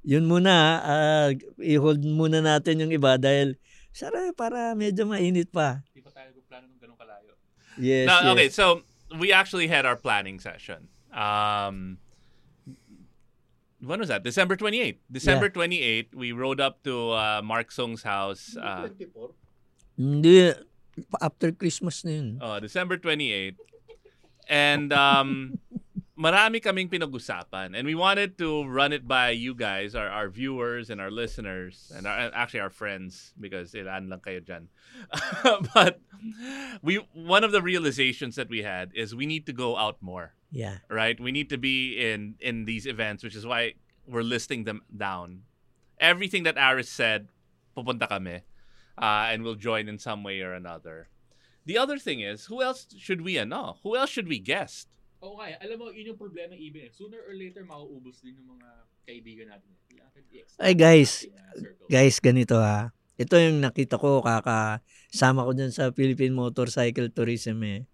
Speaker 6: Yun muna. ah, i-hold muna natin yung iba dahil Sara, para medyo mainit pa.
Speaker 3: Hindi pa tayo nagplano ng ganun kalayo.
Speaker 6: Yes,
Speaker 1: No,
Speaker 6: yes.
Speaker 1: Okay, so we actually had our planning session. Um, when was that? December 28th. December 28th, we rode up to uh, Mark Song's house. Uh,
Speaker 6: Hindi. After Christmas na yun.
Speaker 1: oh, December 28th. And um, marami kaming pinag-usapan. And we wanted to run it by you guys, our, our viewers and our listeners, and our, actually our friends, because ilan lang kayo dyan. *laughs* but we one of the realizations that we had is we need to go out more.
Speaker 6: Yeah.
Speaker 1: Right? We need to be in in these events, which is why we're listing them down. Everything that Aris said, pupunta kami. Uh, and we'll join in some way or another. The other thing is, who else should we ano? Who else should we guest?
Speaker 3: Oo nga, eh. alam mo, yun yung problema ng eBay. Sooner or later, mauubos din yung mga kaibigan natin. Kailangan i-extend
Speaker 6: Ay guys,
Speaker 3: natin ang ah, circle.
Speaker 6: guys ganito ha. Ito yung nakita ko kakasama ko dyan sa Philippine Motorcycle Tourism eh.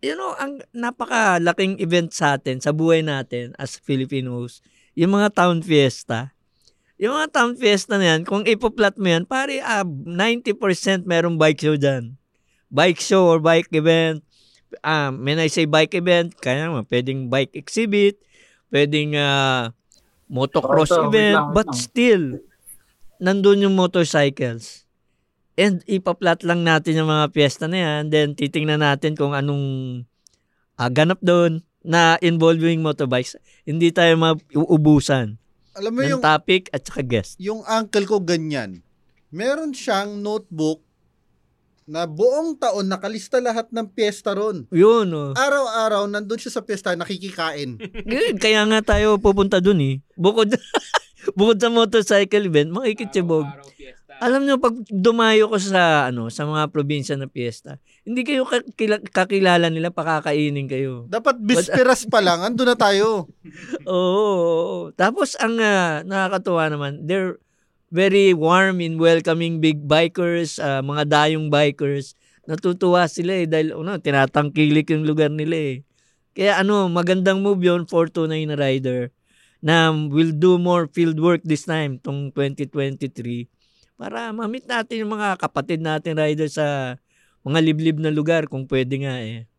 Speaker 6: You know, ang napakalaking event sa atin, sa buhay natin as Filipinos, yung mga town fiesta. Yung mga town fiesta na yan, kung ipoplat mo yan, pare ah, 90% merong bike show dyan. Bike show or bike event. Um, when I say bike event, kaya naman, pwedeng bike exhibit, pwedeng ah, motocross
Speaker 4: Ito, wait
Speaker 6: event,
Speaker 4: lang, wait
Speaker 6: but
Speaker 4: lang.
Speaker 6: still, nandun yung motorcycles. And ipaplat lang natin yung mga piyesta na yan. Then titingnan natin kung anong ah, ganap doon na involving motorbikes. Hindi tayo mauubusan
Speaker 2: Alam mo yung,
Speaker 6: ng topic at saka guest.
Speaker 2: yung uncle ko ganyan. Meron siyang notebook na buong taon nakalista lahat ng piyesta ron.
Speaker 6: Yun, oh.
Speaker 2: Ah. Araw-araw, nandun siya sa piyesta, nakikikain.
Speaker 6: *laughs* Yun, Kaya nga tayo pupunta dun eh. Bukod, *laughs* bukod sa motorcycle event, makikitsibog. Alam nyo, pag dumayo ko sa, ano, sa mga probinsya na piyesta, hindi kayo kakila- kakilala nila, pakakainin kayo.
Speaker 2: Dapat bisperas pa lang, andun na tayo.
Speaker 6: Oo. oo, oo. Tapos ang ah, nakakatuwa naman, they're very warm in welcoming big bikers, ah, mga dayong bikers. Natutuwa sila eh dahil ano, tinatangkilik yung lugar nila eh. Kaya ano, magandang move yun, 429 na rider na will do more field work this time, tong 2023, para mamit natin yung mga kapatid natin rider sa mga liblib na lugar kung pwede nga eh.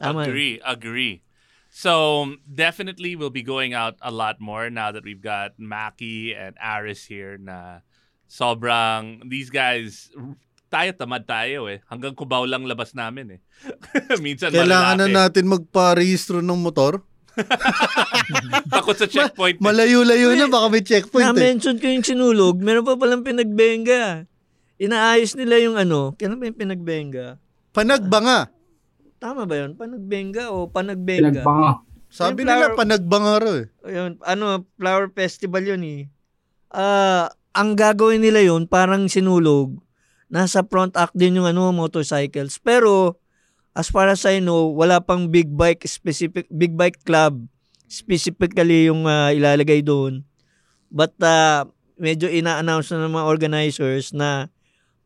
Speaker 6: Tama.
Speaker 1: Agree, agree. So definitely we'll be going out a lot more now that we've got Maki and Aris here na sobrang these guys tayo tamad tayo eh. Hanggang kubaw lang labas namin eh. *laughs* Minsan
Speaker 2: Kailangan na natin
Speaker 1: malalaki.
Speaker 2: magpa-rehistro ng motor.
Speaker 1: Takot
Speaker 6: *laughs*
Speaker 1: sa checkpoint. eh.
Speaker 2: Malayo-layo na, baka may checkpoint eh.
Speaker 6: Na-mention ko yung sinulog, meron pa palang pinagbenga. Inaayos nila yung ano, kailan ba yung pinagbenga?
Speaker 2: Panagbanga.
Speaker 6: Tama ba yun? Panagbenga o panagbenga?
Speaker 2: Sabi nila, panagbanga raw eh.
Speaker 6: Ayun, ano, flower festival yun eh. Ah, ang gagawin nila yun, parang sinulog. Nasa front act din yung ano, motorcycles. Pero, As far as I know, wala pang big bike specific big bike club specifically yung ah, ilalagay doon. But ah, medyo ina-announce na ng mga organizers na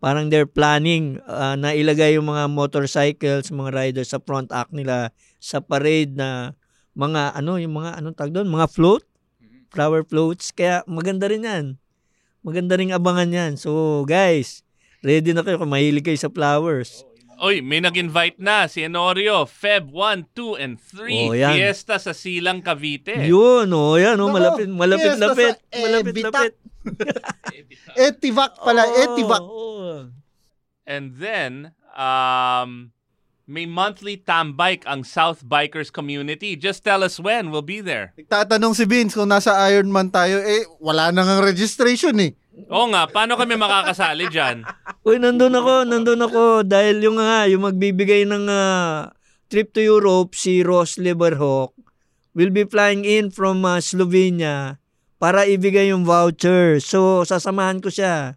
Speaker 6: parang they're planning ah, na ilagay yung mga motorcycles, mga riders sa front act nila sa parade na mga ano, yung mga anong tag doon, mga float,
Speaker 1: Mm-hmm.
Speaker 6: flower floats. Kaya maganda rin yan. Maganda rin abangan yan. So guys, ready na kayo kung mahilig kayo sa flowers.
Speaker 1: Oy, may nag-invite na si Enorio, Feb 1, 2, and 3.
Speaker 6: Oh, yan.
Speaker 1: Fiesta sa Silang, Cavite.
Speaker 6: Yun, oh, yan, oh,
Speaker 1: Nako,
Speaker 6: malapit,
Speaker 1: eh.
Speaker 6: malapit,
Speaker 1: fiesta sa eh,
Speaker 6: lapit.
Speaker 2: Malapit-lapit. Etivac pala,
Speaker 1: eh,
Speaker 2: Etivac.
Speaker 1: And then, um, may monthly tambike ang South Bikers community. Just tell us when we'll be there.
Speaker 2: Tatanong si Vince kung nasa Ironman tayo, eh, wala na ngang registration eh.
Speaker 1: Oo nga, paano kami makakasali dyan?
Speaker 6: Uy, nandun ako, nandun ako. Dahil yung nga, yung magbibigay ng ah, trip to Europe, si Ross Liverhawk, will be flying in from ah, Slovenia para ibigay yung voucher. So, sasamahan ko siya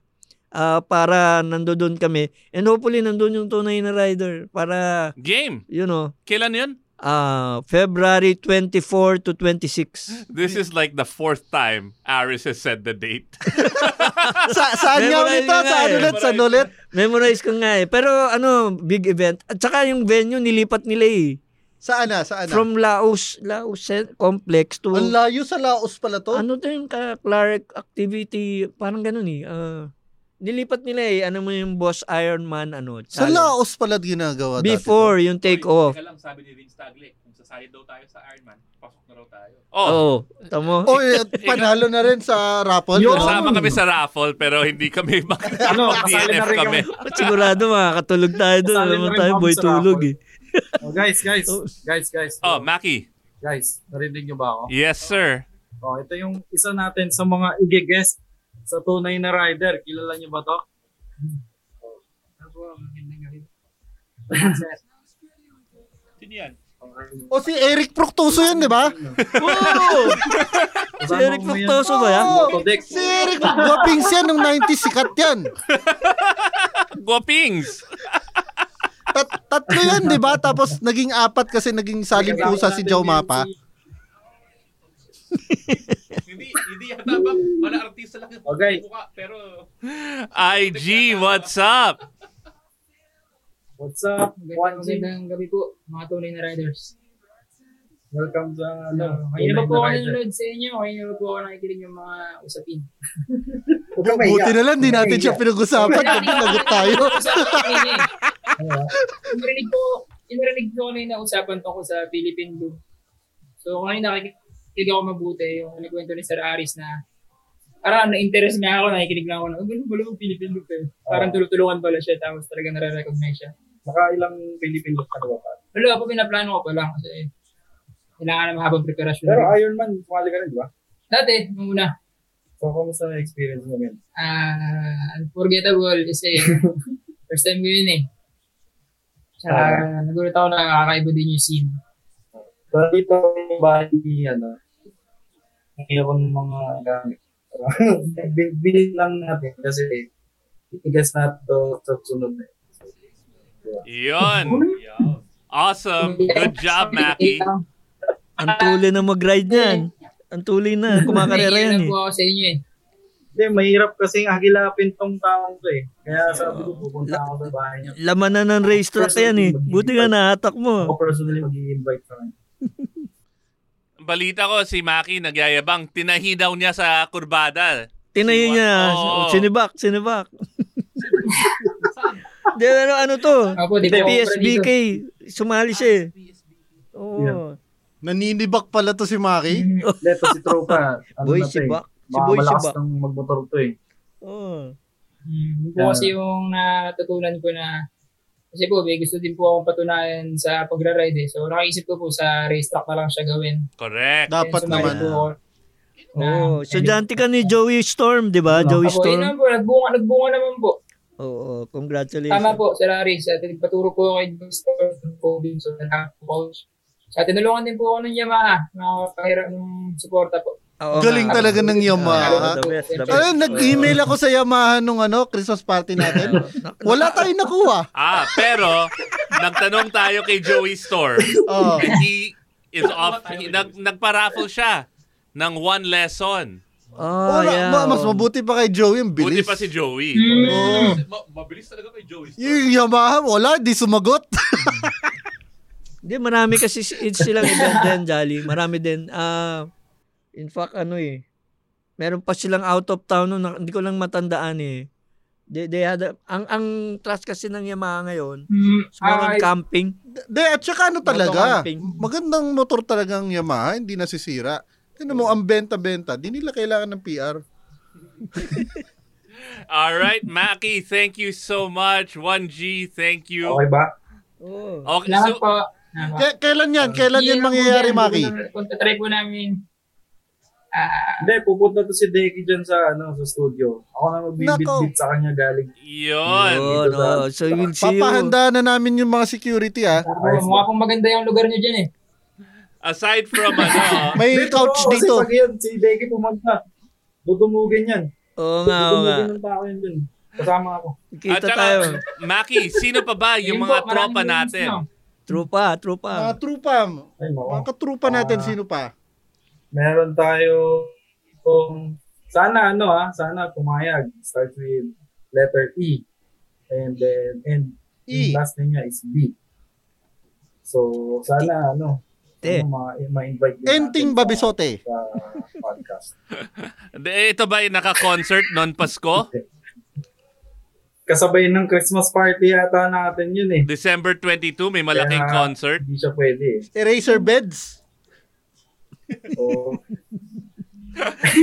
Speaker 6: ah, para nandoon kami. And hopefully, nandun yung tunay na rider para,
Speaker 1: Game!
Speaker 6: you know,
Speaker 1: Kailan yun?
Speaker 6: ah, February 24 to 26.
Speaker 1: This is like the fourth time Aris has said the
Speaker 6: *laughs*
Speaker 1: date.
Speaker 2: Sa, saan nga
Speaker 6: Memorize
Speaker 2: ulit? ah?
Speaker 6: nga
Speaker 2: Saan
Speaker 6: eh.
Speaker 2: ulit? Saan ulit?
Speaker 6: Memorize ko nga eh. Pero ano, big event. At saka yung venue, nilipat nila eh.
Speaker 2: Saan na? Saan na?
Speaker 6: From Laos, Laos Cen- Complex to...
Speaker 2: Ang layo sa Laos pala to.
Speaker 6: ano to yung ka Clark activity, parang ganun eh. Ah, nilipat nila eh, ano mo yung Boss Ironman, ano,
Speaker 2: Sa
Speaker 6: challenge.
Speaker 2: Laos pala ginagawa dati.
Speaker 6: Before, yung take off.
Speaker 3: Teka lang, sabi ni Vince Tagle, kung sasali daw tayo sa Ironman, pasok na raw tayo.
Speaker 6: Oh. tamo.
Speaker 2: Oh, eh, panalo na rin sa raffle. ano?
Speaker 1: Yung Kasama kami sa raffle pero hindi kami ano, DNF kami.
Speaker 6: Sigurado makakatulog tayo doon.
Speaker 4: Kasali
Speaker 6: Alam
Speaker 4: na
Speaker 6: mo
Speaker 4: rin
Speaker 6: tayo,
Speaker 4: kami
Speaker 6: boy
Speaker 4: sa
Speaker 6: tulog eh.
Speaker 4: Oh, guys, guys, guys, guys.
Speaker 1: Oh, Maki.
Speaker 4: Guys, narinig nyo ba ako?
Speaker 1: Yes, sir.
Speaker 4: Oh, ito yung isa natin sa mga igigest sa tunay na rider. Kilala nyo ba to?
Speaker 3: Sino yan?
Speaker 2: O si Eric Proctoso yun, di ba?
Speaker 6: Oo!
Speaker 2: Oh!
Speaker 6: si *laughs* Eric Proctoso ba yan?
Speaker 2: Oo! Si Eric Guapings yan, nung 90s sikat yan.
Speaker 1: Guapings!
Speaker 2: Tat- tatlo yan, di ba? Tapos naging apat kasi naging salimpusa si Joe Mapa.
Speaker 3: hindi, hindi yata ba? Wala artista lang yung
Speaker 4: Okay.
Speaker 3: mukha, pero...
Speaker 1: IG, what's up?
Speaker 4: What's up? One
Speaker 8: Magandang gabi po, mga tunay na riders.
Speaker 4: Welcome sa ano,
Speaker 8: Kaya na
Speaker 4: tunay
Speaker 8: po
Speaker 4: na
Speaker 8: ako
Speaker 4: rider.
Speaker 8: nanonood sa inyo, kaya na po ako nakikinig yung mga usapin.
Speaker 2: Buti na lang, di natin siya pinag-usapan. Pag pinagot tayo.
Speaker 8: Yung narinig ko, yung narinig ko na yung usapan tungkol sa Philippine Blue. So, kung ano yung nakikinig ako mabuti, yung nagkwento ni Sir Aris na Parang na-interest nga ako, nakikinig lang ako na, oh, ganun pala yung Philippine Loop eh. Parang tulutulungan pala siya, tapos talaga nare-recognize siya.
Speaker 4: Baka ilang Philippine look ka pa.
Speaker 8: Wala pa pinaplano ko pa lang kasi kailangan na mahabang preparasyon.
Speaker 4: Pero Ironman, sumali ka rin, di ba?
Speaker 8: Dati, nung una,
Speaker 4: So, kamusta na experience mo yun?
Speaker 8: ah, unforgettable
Speaker 4: *laughs*
Speaker 8: kasi first time ko yun eh. Tsaka nagulat ako na kakaiba din yung scene.
Speaker 4: Ah. So, dito yung bahay ni, ano, nakita ko ng mga gamit. *laughs* Bi- Bilhin lang natin kasi itigas na ito sa sunod na.
Speaker 1: Yun. Awesome. Good job, Maki.
Speaker 6: Ang tuloy na mag-ride niyan. Ang tuloy
Speaker 2: *laughs*
Speaker 6: na, kumakarera
Speaker 8: Nakikinig
Speaker 6: yan
Speaker 8: lang
Speaker 6: eh.
Speaker 8: po ako sa inyo eh.
Speaker 4: Hindi, mahirap kasing agilapin tong taong to eh. Kaya sabi ko, pupunta ako sa bahay niya.
Speaker 6: Laman na ng racetrack yan eh. Buti nga nahatak mo.
Speaker 4: Ako personally mag-i-invite sa
Speaker 8: *laughs*
Speaker 4: kanya.
Speaker 1: Balita ko si Maki nagyayabang. Tinahi daw niya sa kurbada.
Speaker 6: Tinayin niya.
Speaker 1: Oo.
Speaker 6: Sinibak, sinibak. Di, pero ano to?
Speaker 8: Apo, di ba ako
Speaker 6: PSBK. Sumali siya eh.
Speaker 4: Yeah.
Speaker 6: Oo.
Speaker 2: Naninibak pala to si Maki.
Speaker 4: Hindi, ito si
Speaker 8: *laughs*
Speaker 4: Tropa. Ano
Speaker 6: Boy,
Speaker 4: na to
Speaker 6: si
Speaker 4: eh.
Speaker 6: Bak. Si
Speaker 4: Mga
Speaker 6: Boy, si
Speaker 4: malakas
Speaker 6: Bak.
Speaker 4: ng magmotor to eh.
Speaker 6: Oo.
Speaker 8: Hmm, Yun po
Speaker 4: Yeah.
Speaker 8: kasi yung natutunan ko na kasi po, may gusto din po akong patunayan sa pagra-ride eh. So, nakaisip ko po sa racetrack na lang siya gawin.
Speaker 1: Correct.
Speaker 2: Dapat
Speaker 8: Sumali
Speaker 2: naman.
Speaker 8: po ako.
Speaker 6: Oo.
Speaker 4: Oh, ano?
Speaker 6: Estudyante ka ni Joey Storm, di ba? Joey
Speaker 8: Apo, yun naman
Speaker 6: Storm.
Speaker 8: po, nagbunga, nagbunga naman po.
Speaker 6: Oo, congratulations.
Speaker 8: Tama po, Sir Aris. At nagpaturo po ako kay Mr. Coding so na coach. At tinulungan din po ako ng Yamaha, mga kahirap ng suporta po.
Speaker 6: Oo
Speaker 2: Galing
Speaker 6: nga.
Speaker 2: talaga ng Yamaha.
Speaker 6: Ah, the best, the best.
Speaker 2: Ayun, nag-email ako sa Yamaha nung ano, Christmas party natin. Wala tayong nakuha.
Speaker 1: Ah, pero nagtanong tayo kay Joey Storm.
Speaker 2: Oh.
Speaker 1: And he is off. he- nag, nagpa-raffle siya ng one lesson.
Speaker 6: Ah,
Speaker 2: Oh, mas mabuti pa kay Joey yung
Speaker 1: Buti
Speaker 2: bilis.
Speaker 1: pa si Joey.
Speaker 2: Oo.
Speaker 3: Mabilis talaga kay Joey.
Speaker 2: Yung Yamaha, wala, di sumagot.
Speaker 6: Hindi, marami kasi si- it's silang event din, Jolly. Marami din. Ah, in fact, ano eh, meron pa silang out of town nun, na- hindi ko lang matandaan eh. They, they had a- ang ang trust kasi ng Yamaha ngayon,
Speaker 2: Mm,
Speaker 6: is more on
Speaker 2: ay-
Speaker 6: camping.
Speaker 2: Hindi, at saka ano talaga,
Speaker 6: Motocamping.
Speaker 2: magandang motor talaga ang Yamaha, hindi nasisira. Tignan mo, ang benta-benta, di nila kailangan ng PR.
Speaker 1: All right, Maki, thank you so much. 1G, thank you.
Speaker 4: Okay ba?
Speaker 1: Okay,
Speaker 8: Lahat
Speaker 1: so-
Speaker 8: po.
Speaker 2: K- kailan yan? Kailan yan mangyayari, Maki?
Speaker 8: Kung tatry po namin,
Speaker 4: Hindi, pupunta to si Deki dyan sa, ano, sa studio. Ako na magbibitbit sa kanya galing.
Speaker 1: Yun.
Speaker 6: Yun, oo. So we'll see you.
Speaker 2: Papahanda na namin yung mga security, ah. ha?
Speaker 8: oh, mukha pong maganda yung lugar nyo dyan eh.
Speaker 1: aside from ano,
Speaker 2: May couch dito.
Speaker 4: Kasi pag yun, si Deki pumunta, tutumugin yan.
Speaker 6: Oo nga, oo nga.
Speaker 4: Tutumugin ng tao yun dun. Kasama ako.
Speaker 1: at saka, Maki, sino pa ba yung
Speaker 4: Ayun
Speaker 1: mga
Speaker 4: po, maraming
Speaker 1: tropa
Speaker 4: names
Speaker 1: natin?
Speaker 4: na.
Speaker 6: Trupa, trupa.
Speaker 2: Mga trupa.
Speaker 6: Oh.
Speaker 2: Mga katrupa natin,
Speaker 6: Ah.
Speaker 2: sino pa?
Speaker 4: Meron tayo kung sana ano ha, sana pumayag. Starts with letter E. And then, and
Speaker 2: E.
Speaker 4: last name niya is B. So, sana ano,
Speaker 1: Te.
Speaker 4: ano ma- ma-invite din
Speaker 2: Enting Babisote.
Speaker 4: sa podcast.
Speaker 1: De, ito ba yung naka-concert noon Pasko?
Speaker 4: Kasabay ng Christmas party yata natin yun eh.
Speaker 1: December 22, may malaking
Speaker 4: Kaya,
Speaker 1: concert.
Speaker 4: Hindi siya pwede eh.
Speaker 2: Eraser beds.
Speaker 4: So,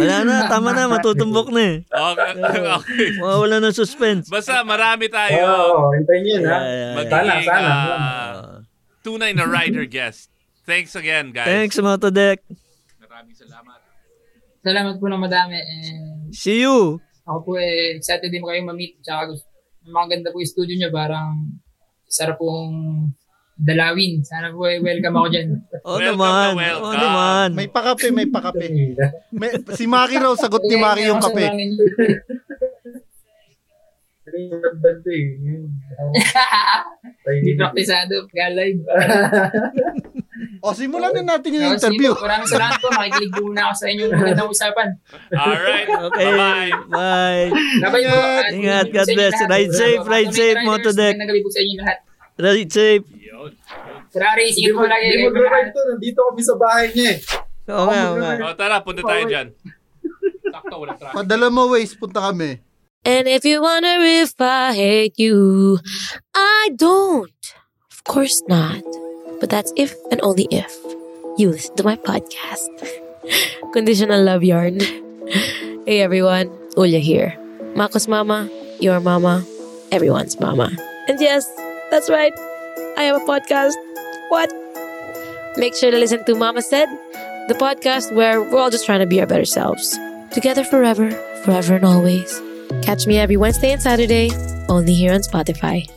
Speaker 6: Wala na, tama na, matutumbok na eh.
Speaker 3: *laughs*
Speaker 1: Okay. Oh, *laughs* okay.
Speaker 6: Mawawala ng suspense.
Speaker 1: Basta marami tayo.
Speaker 3: Oh.
Speaker 4: Oo, oh, hintayin yun, ha? Sana,
Speaker 1: Magiging,
Speaker 4: sana.
Speaker 1: ah, tunay na rider guest. Thanks again, guys.
Speaker 6: Thanks, Motodek.
Speaker 8: Salamat po na madami. And
Speaker 6: See you.
Speaker 8: ako po eh, excited din kayo ma-meet. Tsaka gusto, maganda po yung studio nyo. Parang sarap pong dalawin. Sana po eh, welcome ako dyan.
Speaker 6: Oo Oh, naman. Oo naman.
Speaker 2: May pakape, may pakape. May, si Maki raw, sagot ni Maki yung kape.
Speaker 4: Banda eh.
Speaker 8: *laughs*
Speaker 4: Yun.
Speaker 8: Hindi praktisado. Kaya live. *laughs*
Speaker 2: o, Oh, simulan na natin yung interview.
Speaker 8: Maraming salamat po. Makikinig po muna ako sa inyong magandang usapan.
Speaker 1: Alright.
Speaker 6: *laughs* Okay. Bye. Bye.
Speaker 8: Bye-bye po. At
Speaker 6: Ingat.
Speaker 8: po
Speaker 6: God
Speaker 8: sa inyo
Speaker 6: bless.
Speaker 8: lahat.
Speaker 6: Ride safe.
Speaker 8: Dominic
Speaker 6: Ride safe,
Speaker 8: Riders,
Speaker 6: Motodek.
Speaker 8: Magandang gabi po sa inyo lahat.
Speaker 6: Ride safe.
Speaker 8: Ferrari, ingat po lagi.
Speaker 4: Hindi
Speaker 8: Kayo po lahat.
Speaker 4: mag-revive to. Nandito kami sa bahay niya eh.
Speaker 6: Oo nga, oo nga.
Speaker 1: Oh, tara, punta tayo dyan.
Speaker 2: Padala mo, Waze, punta kami.
Speaker 9: And if you wonder if I hate you, I don't. Of course not. But that's if and only if you listen to my podcast. Conditional Love Yarn. hey everyone, Ulia here. Mako's mama, your mama, everyone's mama. And yes, that's right. I have a podcast. What? Make sure to listen to Mama Said, the podcast where we're all just trying to be our better selves. Together forever, forever and always. Catch me every Wednesday and Saturday, only here on Spotify.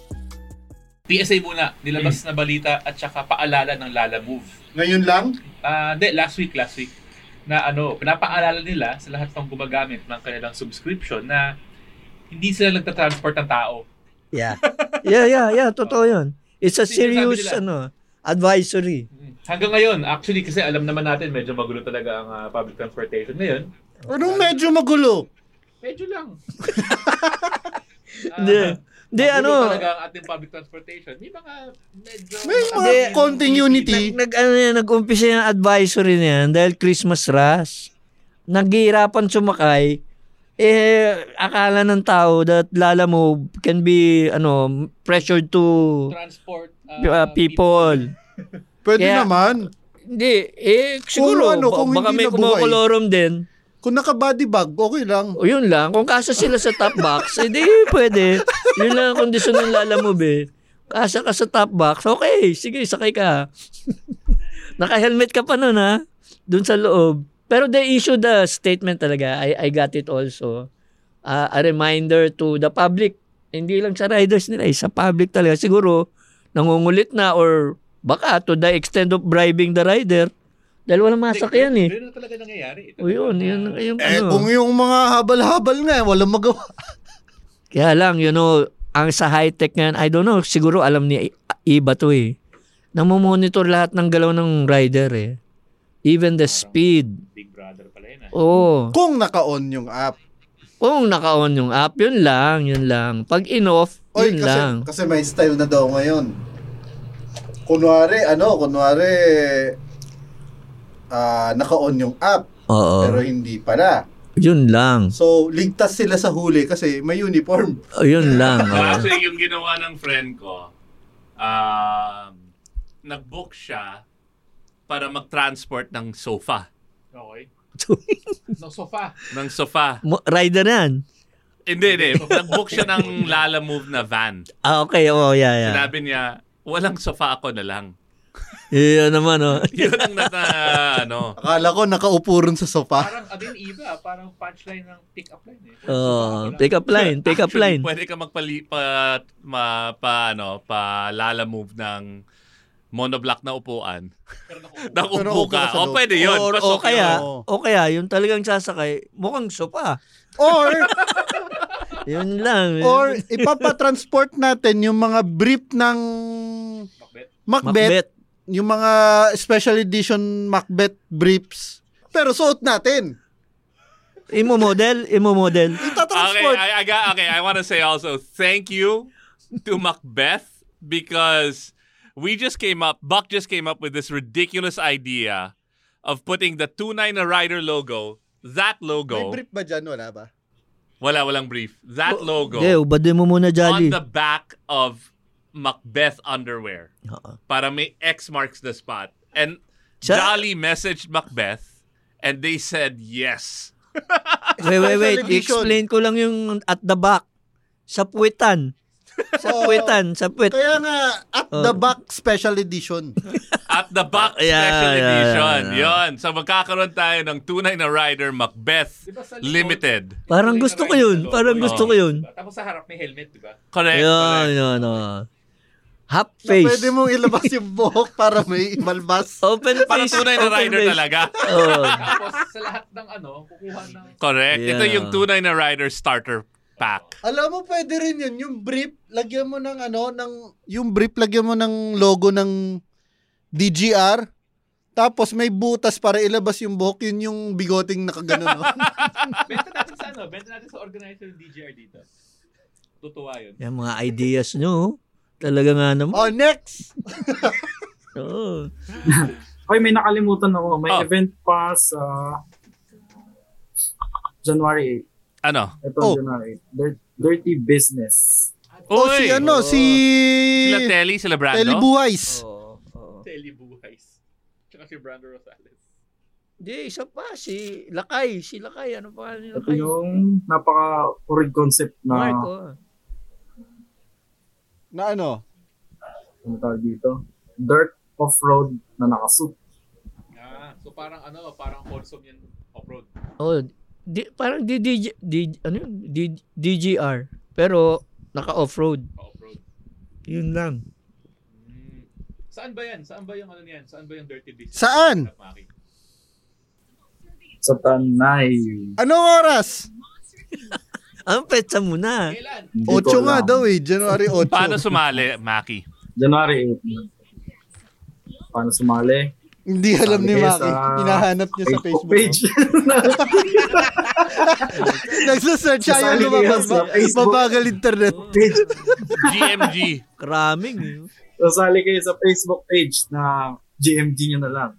Speaker 3: PSA muna, nilabas na balita at saka paalala ng Lala Move.
Speaker 2: Ngayon lang?
Speaker 3: Ah, hindi, last week, last week. Na ano, pinapaalala nila sa lahat ng gumagamit ng kanilang subscription na hindi sila nagtatransport ng tao.
Speaker 6: Yeah. Yeah, yeah, yeah. Totoo yun. It's a
Speaker 3: Sinasabi nila.
Speaker 6: serious
Speaker 3: Ah.
Speaker 6: ano advisory.
Speaker 3: Hanggang ngayon, actually, kasi alam naman natin, medyo magulo talaga ang ah, public transportation ngayon.
Speaker 2: Anong medyo magulo?
Speaker 3: Medyo lang.
Speaker 6: Hindi. Hindi, ano.
Speaker 3: Magulo talaga ang ating public transportation. May mga medyo...
Speaker 6: Hindi, Nag, nag, ano yan, nag-umpisa yung advisory na yan dahil Christmas rush. Naghihirapan sumakay. Eh, akala ng tao that Lala Move can be, ano, pressured to
Speaker 3: Transport.
Speaker 6: uh, people.
Speaker 2: Pwede
Speaker 6: Kaya-
Speaker 2: naman.
Speaker 6: Hindi, eh, siguro, ba- baka may kumukolorom din.
Speaker 2: Kung naka-body bag, okay lang.
Speaker 6: O yun lang, kung kasa sila sa top box, edi pwede. Yun lang ang kondisyon ng Lala Move eh. Kasa ka sa top box, okay, sige, sakay ka. *laughs* Naka-helmet ka pa nun ha, dun sa loob. Pero they issued a statement talaga, I, I got it also. Ah, a reminder to the public, hindi lang sa riders nila, eh, sa public talaga. Siguro, nangungulit na or baka to the extent of bribing the rider, Dahil walang masakyan eh.
Speaker 3: Ganun talaga nangyayari.
Speaker 6: O yun, yun, ano. yun,
Speaker 3: Eh,
Speaker 2: kung yung mga habal-habal nga, eh, walang magawa.
Speaker 6: Kaya lang, you know, ang sa high-tech ngayon, I don't know, siguro alam ni I- Iba to eh. Namomonitor lahat ng galaw ng rider eh. Even the speed.
Speaker 3: Big brother pala yun. ah.
Speaker 6: Oo.
Speaker 2: Kung naka-on yung app.
Speaker 6: Kung naka-on yung app, yun lang, yun lang. Pag in-off,
Speaker 2: Oy,
Speaker 6: yun
Speaker 2: kasi,
Speaker 6: lang.
Speaker 2: kasi may style na daw ngayon. Kunwari, ano, kunwari, ah, naka-on yung app,
Speaker 6: Oo.
Speaker 2: pero hindi pala.
Speaker 6: Yun lang.
Speaker 2: So, ligtas sila sa huli kasi may uniform.
Speaker 6: Oh, yun lang.
Speaker 1: So,
Speaker 6: oo.
Speaker 1: actually, yung ginawa ng friend ko, um, nag-book siya para mag-transport ng sofa.
Speaker 4: *laughs*
Speaker 3: Okay. Ng sofa.
Speaker 1: Ng sofa.
Speaker 6: Mo- rider yan.
Speaker 1: Hindi,
Speaker 6: *laughs*
Speaker 1: hindi. Nag-book siya ng Lala Move na van.
Speaker 6: Ah, okay. Oo, yeah, yeah.
Speaker 1: Sinabi niya, walang sofa ako na lang. *laughs*
Speaker 6: Yun naman, oh.
Speaker 1: Yun ang nata, ano.
Speaker 2: Akala ko nakaupo rin sa sofa.
Speaker 3: Parang ano yun, iba, parang punchline ng pick-up line eh.
Speaker 6: Oh, pick up line, pick up
Speaker 1: Actually,
Speaker 6: line.
Speaker 1: Pwede ka magpali, pa, ma, pa, ano, pa Lala Move ng monoblock na upuan. *laughs* Nakupo
Speaker 6: Pero
Speaker 1: ka.
Speaker 6: sa
Speaker 1: O,
Speaker 6: loob.
Speaker 1: pwede yun.
Speaker 6: Or-
Speaker 1: Pasok
Speaker 6: o kaya,
Speaker 1: yun.
Speaker 6: o kaya, yung talagang sasakay, mukhang sopa.
Speaker 2: *laughs* Or,
Speaker 6: Yun lang.
Speaker 2: or ipapatransport natin yung mga brief ng Macbeth.
Speaker 6: Macbeth.
Speaker 2: Yung mga special edition Macbeth briefs. Pero suot natin.
Speaker 6: Imo-model, imo-model.
Speaker 1: Okay, I, I got, okay, I want to say also thank you to Macbeth because we just came up, Buck just came up with this ridiculous idea of putting the 29 Rider logo, that logo,
Speaker 2: Brief ba dyan? Wala ba?
Speaker 1: wala walang brief, that logo
Speaker 6: Hindi, ubadin mo muna,
Speaker 1: on
Speaker 6: Jolly.
Speaker 1: the back of Macbeth underwear. Para may X marks the spot. And Jolly messaged Macbeth and they said yes.
Speaker 6: Wait, wait, wait.
Speaker 1: Special edition.
Speaker 6: Explain ko lang yung at the back. Sa puwitan. Sa puwitan, Oh. sa puwit.
Speaker 2: Kaya nga, at the back special
Speaker 6: *laughs*
Speaker 2: edition.
Speaker 1: At the back
Speaker 6: Ah, Yeah,
Speaker 1: special
Speaker 6: yeah,
Speaker 1: edition.
Speaker 6: yeah, yeah.
Speaker 1: Yon. So magkakaroon tayo ng tunay na rider Macbeth Limited.
Speaker 6: Parang gusto ko yun. Parang gusto ko yun.
Speaker 3: Tapos sa harap may helmet, di ba?
Speaker 1: Oh. Correct.
Speaker 6: Yun, yun, oh. Half face.
Speaker 2: pwede mong
Speaker 6: *laughs*
Speaker 2: ilabas yung buhok para may malbas.
Speaker 6: Open Oh.
Speaker 1: Para tunay na rider talaga.
Speaker 3: Tapos sa lahat ng ano, kukuha ng...
Speaker 1: Correct. Ito
Speaker 6: Yeah.
Speaker 1: yung tunay na rider starter pack.
Speaker 2: Alam mo, pwede rin yun. Yung brief, lagyan mo ng ano, ng, yung brief, lagyan mo ng logo ng DGR. Tapos may butas para ilabas yung buhok. Yun yung bigoting nakaganon.
Speaker 6: *laughs*
Speaker 2: No?
Speaker 3: Benta natin sa ano, benta natin sa organizer ng DJR dito. Tutuwa yun.
Speaker 6: Yung mga ideas nyo. oh. Talaga nga naman.
Speaker 2: Oh,
Speaker 6: Oh.
Speaker 2: next!
Speaker 6: Oo.
Speaker 4: Okay, may nakalimutan ako. May
Speaker 2: Ah.
Speaker 4: event pa sa January
Speaker 1: 8. Ano?
Speaker 4: Ito January 8. Dir- Dirty Business.
Speaker 2: Oh, si ano, si...
Speaker 1: Sila ano? Telly, sila Brando?
Speaker 2: Telly Buwais.
Speaker 1: Oh,
Speaker 3: Telly Buhays. Tsaka si Brando Rosales.
Speaker 6: Hindi, isa pa. Si Lakay. Si Lakay. Ano pa ni
Speaker 4: Ito
Speaker 6: Lakay?
Speaker 4: yung napaka-weird concept na
Speaker 6: Mark, oh.
Speaker 2: Na ano?
Speaker 4: Ano tawag dito? Dirt off-road na nakasuit.
Speaker 3: Ah, so parang ano, parang wholesome yan off-road.
Speaker 6: Oh, di, parang DDJ, D, ano yun? D, DGR. Pero naka-off-road.
Speaker 3: Off-road.
Speaker 6: Yun lang.
Speaker 3: Saan ba yan? Saan ba yung ano niyan? Saan ba yung dirty business?
Speaker 2: Saan?
Speaker 4: Sa Tanay.
Speaker 2: Anong oras?
Speaker 6: Ang petsa muna.
Speaker 2: Ocho nga daw eh.
Speaker 6: *laughs*
Speaker 2: January 8.
Speaker 1: Paano sumali, Maki?
Speaker 4: January 8. Paano sumali?
Speaker 2: Hindi alam ni
Speaker 4: Sabi kayo
Speaker 2: Maki.
Speaker 4: sa
Speaker 2: Hinahanap niya sa Facebook.
Speaker 4: Page. *laughs*
Speaker 3: *laughs*
Speaker 2: *laughs* Nagsasearch siya yung lumabas.
Speaker 4: Sa Facebook.
Speaker 2: Mabagal internet.
Speaker 3: *laughs*
Speaker 1: GMG.
Speaker 6: Kraming.
Speaker 4: Sasali kayo sa Facebook page na GMG nyo na lang.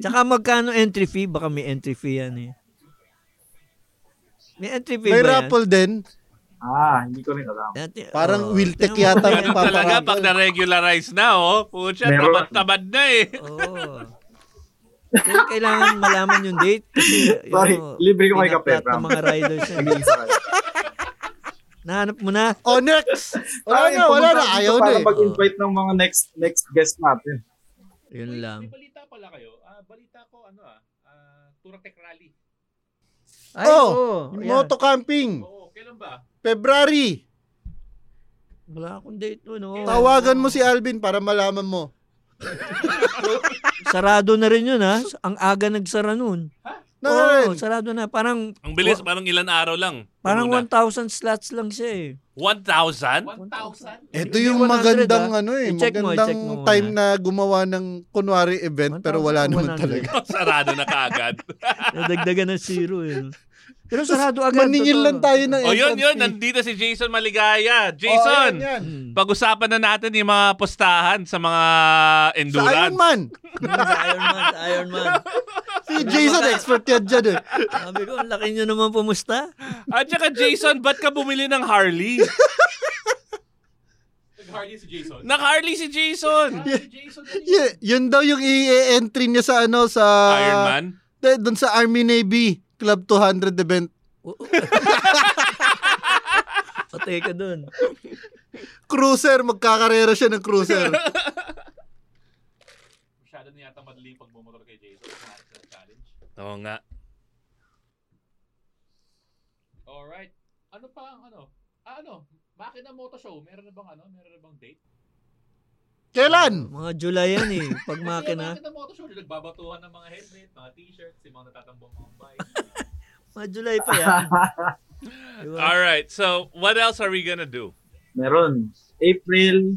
Speaker 6: Tsaka magkano entry fee? Baka may entry fee yan eh. May entry fee
Speaker 2: May
Speaker 6: ba yan?
Speaker 2: raffle din.
Speaker 4: Ah, hindi ko rin alam.
Speaker 2: Parang will Wiltec yata may
Speaker 1: Ganun talaga
Speaker 2: paparap.
Speaker 1: pag na-regularize na, oh. Pucha,
Speaker 6: Meron.
Speaker 1: tamad-tamad na eh.
Speaker 6: Kaya kailangan malaman yung date. Kasi, yun,
Speaker 4: Sorry,
Speaker 6: oh,
Speaker 4: libre ko kay
Speaker 6: pinaplat ng
Speaker 4: kape, Ram.
Speaker 6: mga riders
Speaker 2: *laughs*
Speaker 6: yan. Nahanap mo na.
Speaker 2: Oh,
Speaker 6: *laughs*
Speaker 2: next! *laughs* Wala
Speaker 4: Ay,
Speaker 2: na, wala
Speaker 4: pumunta
Speaker 2: na.
Speaker 4: dito
Speaker 2: Ayaw na
Speaker 4: Para
Speaker 2: eh.
Speaker 4: mag-invite ng mga next next guest natin.
Speaker 6: Yun lang.
Speaker 3: Balita pala kayo. Ah, balita ko ano ah, ah Turatec Rally.
Speaker 6: Ay,
Speaker 2: oh,
Speaker 6: oo, yeah.
Speaker 2: moto camping.
Speaker 3: Oo, kailan ba?
Speaker 2: February.
Speaker 6: Wala akong date nun. Oh.
Speaker 2: Tawagan mo si Alvin para malaman mo.
Speaker 6: Sarado na rin yun ha. Ang aga nagsara nun.
Speaker 1: Na
Speaker 6: Oo,
Speaker 1: rin.
Speaker 6: sarado na. Parang
Speaker 1: Ang bilis, parang ilan araw lang.
Speaker 6: parang
Speaker 1: Una.
Speaker 6: 1,000 slots lang siya eh.
Speaker 1: 1,000?
Speaker 2: Ito
Speaker 6: Hindi
Speaker 2: yung
Speaker 6: 100,
Speaker 2: magandang
Speaker 6: ah.
Speaker 2: ano eh,
Speaker 6: I-check mo,
Speaker 2: magandang
Speaker 6: i-check mo muna.
Speaker 2: time na gumawa ng kunwari event pero wala naman
Speaker 6: 100.
Speaker 2: talaga.
Speaker 1: *laughs* Sarado na
Speaker 3: *laughs*
Speaker 1: kaagad.
Speaker 6: Nadagdagan ng zero eh. Pero
Speaker 2: Tas
Speaker 6: sarado agad.
Speaker 2: maningil
Speaker 6: totoo.
Speaker 2: lang tayo ng
Speaker 1: O Oh, yun, yun. Nandito si Jason
Speaker 3: Oh,
Speaker 2: Oh,
Speaker 1: Maligaya. Jason, Hmm.
Speaker 2: yan, yan.
Speaker 1: pag-usapan na natin yung mga postahan sa mga endurance.
Speaker 2: Sa Iron Man.
Speaker 6: Iron Man, Iron Man.
Speaker 2: Si Jason, expert yan dyan
Speaker 1: *laughs*
Speaker 2: eh.
Speaker 6: Sabi ko, ang laki nyo naman pumusta.
Speaker 1: At saka Jason, ba't ka bumili ng Harley?
Speaker 3: *laughs* Nag-Harley si Jason.
Speaker 1: Nag-Harley si Jason.
Speaker 2: Y- yun daw yung i-entry niya sa ano sa
Speaker 3: Uh,
Speaker 1: Iron Man?
Speaker 2: De, Eh, dun sa Army Navy Club 200 event.
Speaker 6: *laughs* Patay ka Oh, dun.
Speaker 2: Cruiser, magkakarera siya ng
Speaker 6: *laughs*
Speaker 2: cruiser.
Speaker 3: Masyado na yata madali yung pagbumotor kay Jason. Kung natin sila challenge.
Speaker 1: Oo nga.
Speaker 3: Alright. Ano pa ang ano? Ah, ano? Makina Moto Show. Meron na bang ano? Meron na bang date?
Speaker 2: Kailan?
Speaker 6: Mga July yan eh. Pag
Speaker 3: Yung
Speaker 6: makina.
Speaker 3: Makina Moto Show. yung Nagbabatuhan ng mga helmet, mga t-shirts, yung mga natatambong mga bike.
Speaker 6: *laughs* Mga July pa yan.
Speaker 3: uh,
Speaker 1: All right. So, what else are we gonna do?
Speaker 4: Meron. April,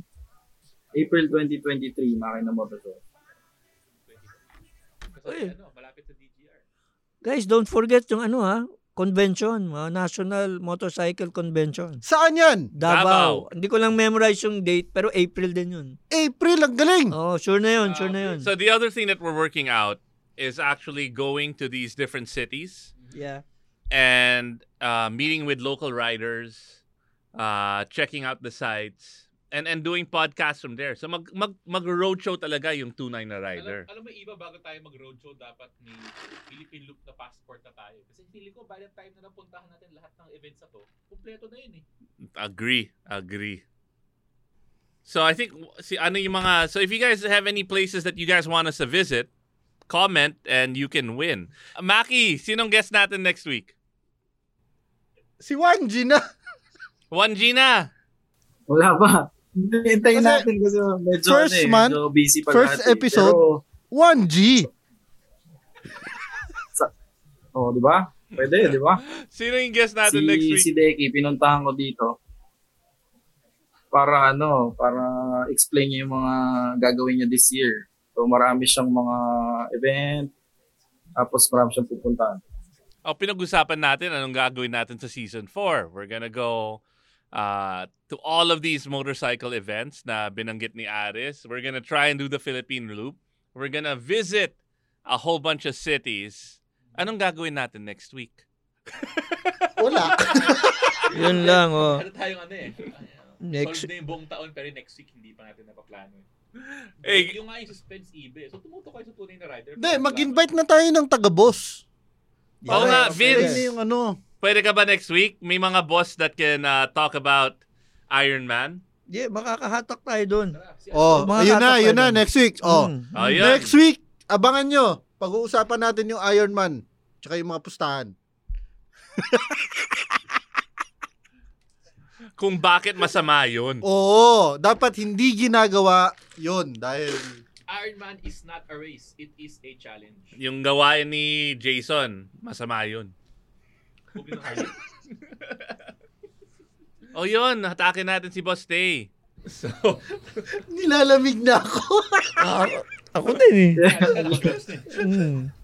Speaker 4: April 2023, makina mo to.
Speaker 3: Kasi ano, malapit sa DGR.
Speaker 6: Guys, don't forget yung ano ha, convention, mga National Motorcycle Convention.
Speaker 2: Saan yan?
Speaker 6: Davao. Hindi ko lang memorize yung date, pero April din yun.
Speaker 2: April, ang galing!
Speaker 6: Oh, sure na yun, sure na
Speaker 3: Hmm.
Speaker 6: yun.
Speaker 1: So the other thing that we're working out is actually going to these different cities
Speaker 6: Yeah.
Speaker 1: and uh, meeting with local riders, uh, checking out the sites, and and doing podcasts from there. So mag mag mag roadshow talaga yung tunay na rider.
Speaker 3: Alam mo, iba bago tayo mag-roadshow, dapat may Philippine Loop na passport na tayo. Kasi feeling ko, by the time na napuntahan natin lahat ng events na to, kumpleto na yun eh.
Speaker 1: Agree, agree. So I think see ano yung mga so if you guys have any places that you guys want us to visit, comment and you can win. Maki, sinong guest natin next week?
Speaker 2: Si Wanji na.
Speaker 1: Juan Gina.
Speaker 4: Wala pa. Hintayin natin kasi medyo,
Speaker 2: First
Speaker 4: ano, eh,
Speaker 2: month,
Speaker 4: medyo busy pa
Speaker 2: first
Speaker 4: lahat eh.
Speaker 2: episode,
Speaker 4: Pero,
Speaker 2: 1G.
Speaker 4: oh, di ba? Pwede, di ba?
Speaker 1: Sino yung guest
Speaker 4: si,
Speaker 1: natin next week?
Speaker 4: Si Deki, pinuntahan ko dito para ano, para explain niya yung mga gagawin niya this year. So marami siyang mga event, tapos marami siyang pupuntahan.
Speaker 1: Oh, pinag-usapan natin anong gagawin natin sa season 4. We're gonna go uh, to all of these motorcycle events na binanggit ni Aris. We're gonna try and do the Philippine Loop. We're gonna visit a whole bunch of cities. Anong gagawin natin next week?
Speaker 6: Yun lang, oh.
Speaker 3: Ano tayong ano
Speaker 1: *laughs*
Speaker 3: eh.
Speaker 6: Next-
Speaker 3: Next. Solve na yung buong taon pero next week hindi pa natin napaplano eh.
Speaker 1: Eh,
Speaker 3: yung nga yung suspense ibe. So tumutok kayo sa tunay na rider.
Speaker 2: Hindi, mag-invite na tayo ng taga-boss.
Speaker 1: Oo nga, Vince.
Speaker 2: Yun yung ano.
Speaker 1: Pwede ka ba next week? May mga boss that can uh, talk about Iron Man.
Speaker 6: Yeah, makakahatak tayo dun.
Speaker 2: Oh, ayun na,
Speaker 6: Mga katak
Speaker 2: ayun
Speaker 6: tayo
Speaker 2: na,
Speaker 6: dun.
Speaker 2: next week. Oh.
Speaker 6: Mm.
Speaker 1: Ayun.
Speaker 2: Next week, abangan nyo. Pag-uusapan natin yung Iron Man. Tsaka yung mga pustahan.
Speaker 1: Kung bakit masama yun.
Speaker 2: Oo, dapat hindi ginagawa yon dahil...
Speaker 3: Iron Man is not a race. It is a challenge.
Speaker 1: Yung gawain ni Jason, masama yun.
Speaker 3: Huwag yun ang
Speaker 1: *laughs*
Speaker 3: Harley.
Speaker 1: O Oh, yun, hatakin natin si Boss Tay. So,
Speaker 2: Nilalamig na ako.
Speaker 6: ako din eh.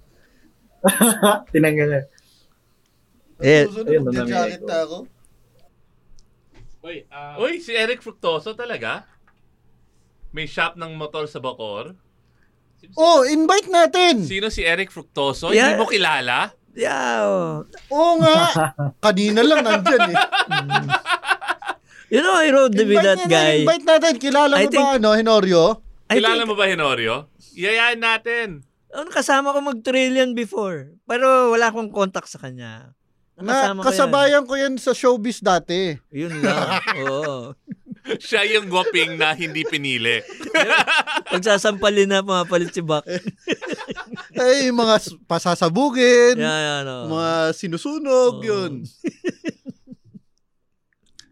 Speaker 4: *laughs* Tinanggal na.
Speaker 2: *laughs*
Speaker 6: Eh,
Speaker 4: Ayun, nanamigay ko.
Speaker 2: ako.
Speaker 3: Uy, ah,
Speaker 1: Uy, si Eric Fructoso talaga? May shop ng motor sa Bacor?
Speaker 2: Oh, invite natin.
Speaker 1: Sino si Eric Fructoso?
Speaker 2: Yeah.
Speaker 1: Hindi mo kilala?
Speaker 6: Yeah, oh.
Speaker 2: Oo
Speaker 6: *laughs*
Speaker 2: nga. Kanina lang nandyan eh.
Speaker 6: You know, I rode with
Speaker 2: Invite
Speaker 6: that
Speaker 2: natin,
Speaker 6: guy.
Speaker 2: Invite natin. Kilala mo
Speaker 6: I think-
Speaker 2: ba ano, Henorio?
Speaker 1: kilala mo ba Henorio? Yayain natin.
Speaker 6: Ano, kasama ko mag-trail yan before. Pero wala akong contact sa kanya.
Speaker 2: Na,
Speaker 6: Nakasama ko yan.
Speaker 2: kasabayan ko yan sa showbiz dati.
Speaker 6: Yun lang. Oo.
Speaker 1: Siya yung gwaping na hindi pinili.
Speaker 6: Pagsasampalin na, pumapalit si Bak.
Speaker 2: Eh, yung mga s- pasasabugin,
Speaker 6: Yeah, Oh. yeah, no.
Speaker 2: mga sinusunog, yun.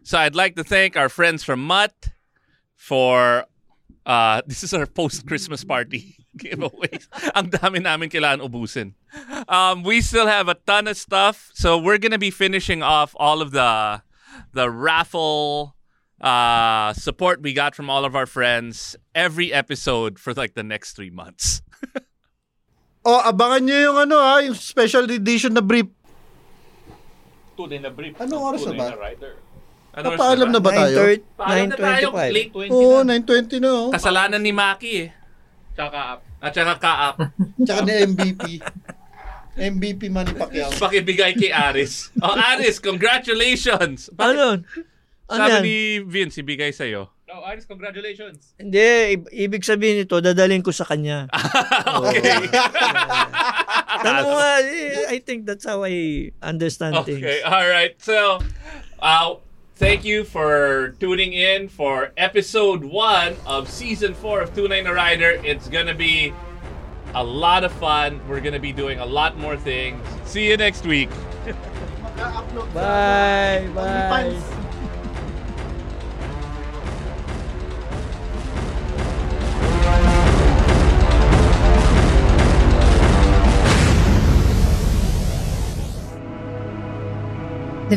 Speaker 1: So I'd like to thank our *laughs* friends from Mutt for uh, this is our post Christmas party. *laughs* giveaways. Ang dami namin kailangan ubusin. Um, we still have a ton of stuff, so we're gonna be finishing off all of the the raffle uh, support we got from all of our friends every episode for like the next three months.
Speaker 2: Oh, abangan nyo yung ano ha, yung special edition na brief.
Speaker 3: Today na brief.
Speaker 2: Anong oras na ba?
Speaker 3: rider.
Speaker 2: Napaalam na ba tayo?
Speaker 1: Paalam na tayo, 9:25. late 20
Speaker 2: Oo, 9.20 na oh.
Speaker 1: Kasalanan ni Maki eh.
Speaker 3: Tsaka up.
Speaker 1: At saka ka-up.
Speaker 2: Tsaka ni MVP. MVP man ni Pacquiao.
Speaker 1: Pakibigay kay Aris. Oh, Aris, congratulations!
Speaker 6: Ano? Ano
Speaker 1: Sabi
Speaker 6: yan?
Speaker 1: ni Vince, ibigay
Speaker 6: *laughs*
Speaker 1: sa'yo.
Speaker 3: No, Aris, congratulations.
Speaker 6: Hindi, i- ibig sabihin ito, dadalhin ko sa *laughs* kanya.
Speaker 1: okay.
Speaker 6: Ano nga, eh, I think that's how I understand things.
Speaker 1: Okay, all right. So, uh, thank you for tuning in for episode one of season four of Two Nine Rider. It's gonna be a lot of fun. We're gonna be doing a lot more things. See you next week.
Speaker 6: Bye, bye.
Speaker 10: The